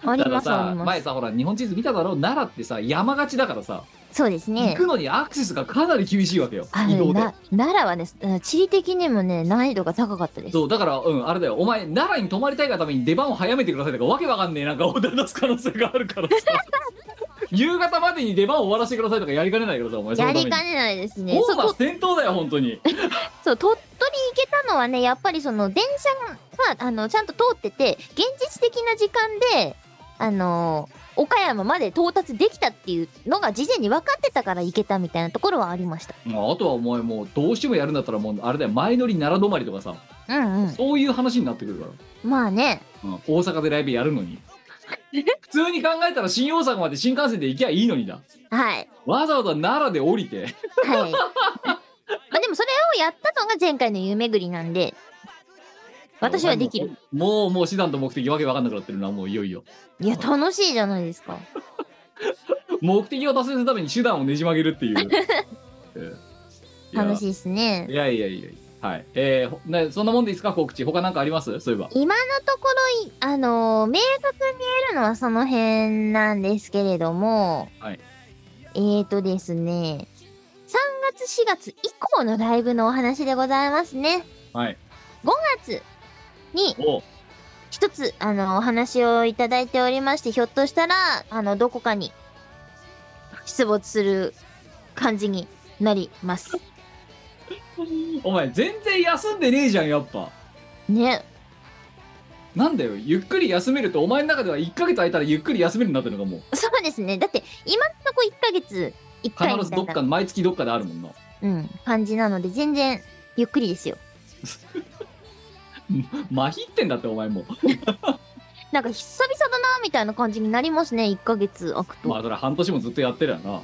A: あり
D: ただ
A: ます、あ
D: さ
A: りま
D: 前
A: す。
D: さほら日本地図見ただろ奈良ってさ山がちだからさ、
A: そうですね
D: 行。くのにアクセスがかなり厳しいわけよ
A: あ
D: 移動
A: の
D: で
A: な奈良はねあの地理的にもね難易度が高かったです
D: そうだからうんあれだよお前奈良に泊まりたいがために出番を早めてくださいとかわけわかんねえなんかオーダー出す可能性があ るからさ夕方までに出番を終わらせてくださいとかやりかねないからさお前その
A: や
D: た
A: り
D: めに
A: かねないですね
D: 本
A: そ
D: 末
A: こ
D: 転倒だよ本 当に
A: そう鳥取行けたのはねやっぱりその電車があのちゃんと通ってて現実的な時間であの岡山まで到達できたっていうのが事前に分かってたから行けたみたいなところはありました
D: もうあとはお前もうどうしてもやるんだったらもうあれだよ前乗り奈良泊まりとかさ
A: うんうん
D: そういう話になってくるから
A: まあね
D: うん大阪でライブやる のに普通に考えたら新大阪まで新幹線で行きゃいいのにだ
A: はい
D: わざわざ奈良で降りて
A: はい まあでもそれをやったのが前回の夢ぐりなんで私はできる
D: もうもう手段と目的わけわかんなくなってるなもういよいよ
A: いや楽しいじゃないですか
D: 目的を達成するために手段をねじ曲げるっ ていう、ええ
A: 楽しいですね
D: いやいやいやいやはいえーほね、そんなもんでいいですか告知他なんかありますそういえば
A: 今のところいあのー明確に言えるのはその辺なんですけれども、
D: はい
A: えーとですね3月4月以降のライブのお話でございますね
D: はい
A: 5月に
D: お
A: 一つあのお話をいただいておりましてひょっとしたらあのどこかに出没する感じになります
D: お前全然休んでねえじゃんやっぱ
A: ね
D: なんだよゆっくり休めるとお前の中では1ヶ月空いたらゆっくり休めるようになってるのかも
A: そうですねだって今のとこ1ヶ月1回
D: う
A: み
D: 必ず
A: たい
D: どっ
A: な
D: か毎月どっかであるもんな
A: うん、感じなので全然ゆっくりですよ
D: まひってんだってお前も
A: なんか久々だなみたいな感じになりますね1ヶ月空くと、
D: まあそれ半年もずっとやってるや な、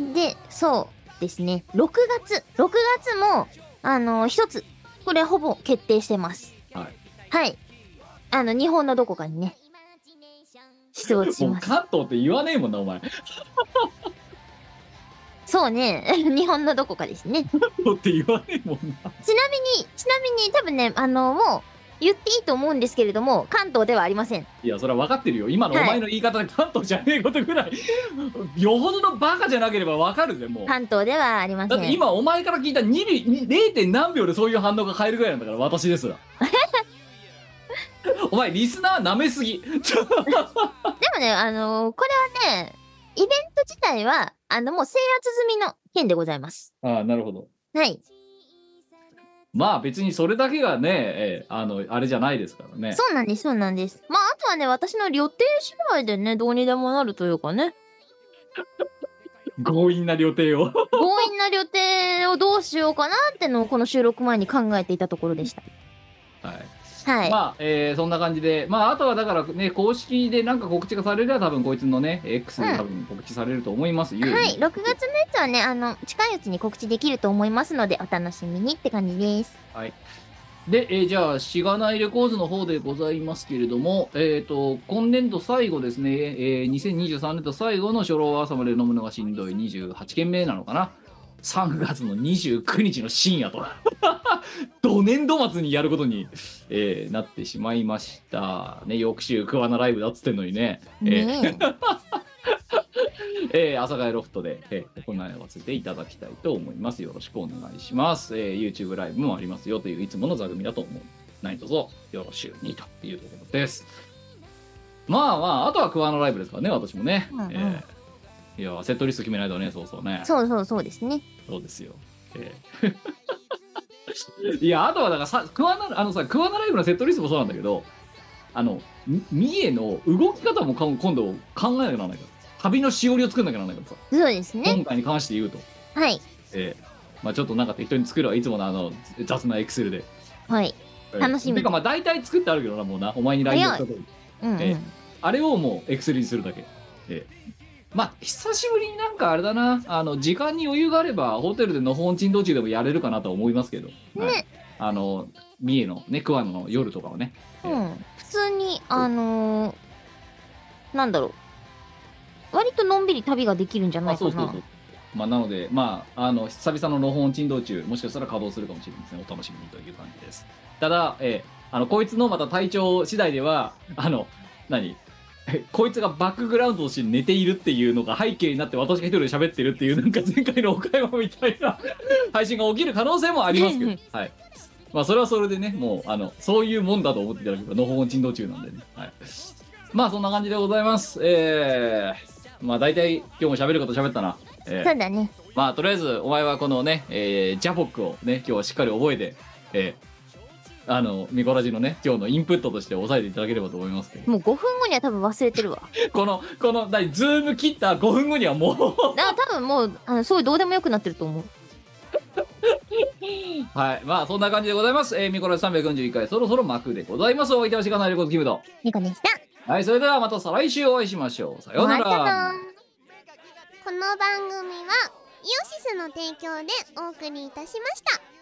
D: うん
A: でそうですね6月6月もあのー一つこれほぼ決定してます
D: はい
A: はいあの、日本のどこかにね、出没し
D: もう
A: ます。
D: 関東って言わねえもんなお前関
A: そうね、 日本のどこかですね。
D: 東って言わねえもんな
A: ちなみに、ちなみに、多分ね、あの、もう、言っていいと思うんですけれども、関東ではありません。
D: いやそれは分かってるよ今のお
A: はい
D: 前の言い方で関東じゃねえことぐらいよほどのバカじゃなければ分かるぜもう
A: 関東ではありませ
D: だって
A: ん。
D: 今お前から聞いた2厘に 0. 点何秒でそういう反応が変えるぐらいなんだから私ですら お前リスナー舐めすぎ
A: でもね、あの、これはね、イベント自体は、あの、もう制圧済みの件でございます。
D: ああなるほど
A: はい。
D: まあ別にそれだけがね、ええあのあれじゃないですからね
A: そうなんです、そうなんです。まあ、あとはね、私の予定次第でね、どうにでもなるというかね、
D: 強引な料亭を
A: 強引な予定をどうしようかなってのを、この収録前に考えていたところでした。
D: はい
A: はい。
D: まあ、えーそんな感じで、まあ、あとはだからね、公式でなんか告知がされれば、多分こいつのね、X で多分告知されると思います。ゆうに
A: はい、6月のやつはね、あの、近いうちに告知できると思いますので、お楽しみにって感じです。
D: で、えーじゃあ、しがないレコーズの方でございますけれども、えっ、と、今年度最後ですね、えー2023年度最後の初老朝まで飲むのがしんどい28件目なのかな。3月の29日の深夜と、 同年度末にやることに、えーなってしまいました。ね、翌週、桑名ライブだっつってんのにね。えー
A: ねえ。
D: えー、朝帰ロフトで、えー、行わせていただきたいと思います。よろしくお願いします。えー、YouTube ライブもありますよといういつもの座組だと思う。何卒よろしゅうにというところです。まあまあ、あとはクワのライブですからね、私もね。
A: うんうん
D: えーいや、セットリスト決めないとね、そうそう ね。
A: そうそうそうですね。
D: そうですよ。ええ いや、あとはだからさ、クワナ、あのさ、クワナライブのセットリストもそうなんだけど、あの、み三重の動き方もかん今度考えなきゃならないから、旅のしおりを作んなきゃならないからさ、
A: そうですね。
D: 今回に関して言うと、
A: はい。
D: ええまあちょっとなんか適当に作るはいつものあの雑なエクセルで。
A: はい。
D: ええ
A: 楽しみ
D: てかまあ大体作ってあるけどな、もうな、お前に LINE やったと
A: うん、うん。
D: ええあれをもうエクセルにするだけ。ええまあ、久しぶりになんかあれだな、あの、時間に余裕があれば、ホテルでのほんちん道中でもやれるかなとは思いますけど、はい、あの、三重のね、桑名の夜とかをね、
A: うん、普通にあのーなんだろう割とのんびり旅ができるんじゃ
D: ま
A: な
D: あ、
A: いか
D: そ
A: な
D: うそうそう。まあ、なので、まあ、あの、久々ののほんちん道中、もしかしたら稼働するかもしれません。お楽しみにという感じです。ただ、ええあの、こいつのまた体調次第では、あの、何こいつがバックグラウンドとして寝ているっていうのが背景になって私が一人で喋ってるっていうなんか前回の岡山みたいな配信が起きる可能性もありますけど、はい。まあそれはそれでね、もうあのそういうもんだと思っていただければ、のほほん珍道中なんでね。はい。まあそんな感じでございます。えー、まあ大体今日も喋ること喋ったな。えー
A: そうだね
D: まあとりあえずお前はこのね、えージャポックをね今日はしっかり覚えて、えーあのミコラジのね今日のインプットとして押さえていただければと思いますけど
A: もう5分後には多分忘れてるわ
D: このこの何ズーム切った5分後にはもう
A: だから多分もうあのそういうどうでもよくなってると思う
D: はいまあそんな感じでございます、えー、ミコラジ341回そろそろ幕でございますお相手はしかないレコードキムと
A: 猫でした
D: はいそれではまた再来週お会いしましょうさようなら
A: またな
G: この番組はイオシスの提供でお送りいたしました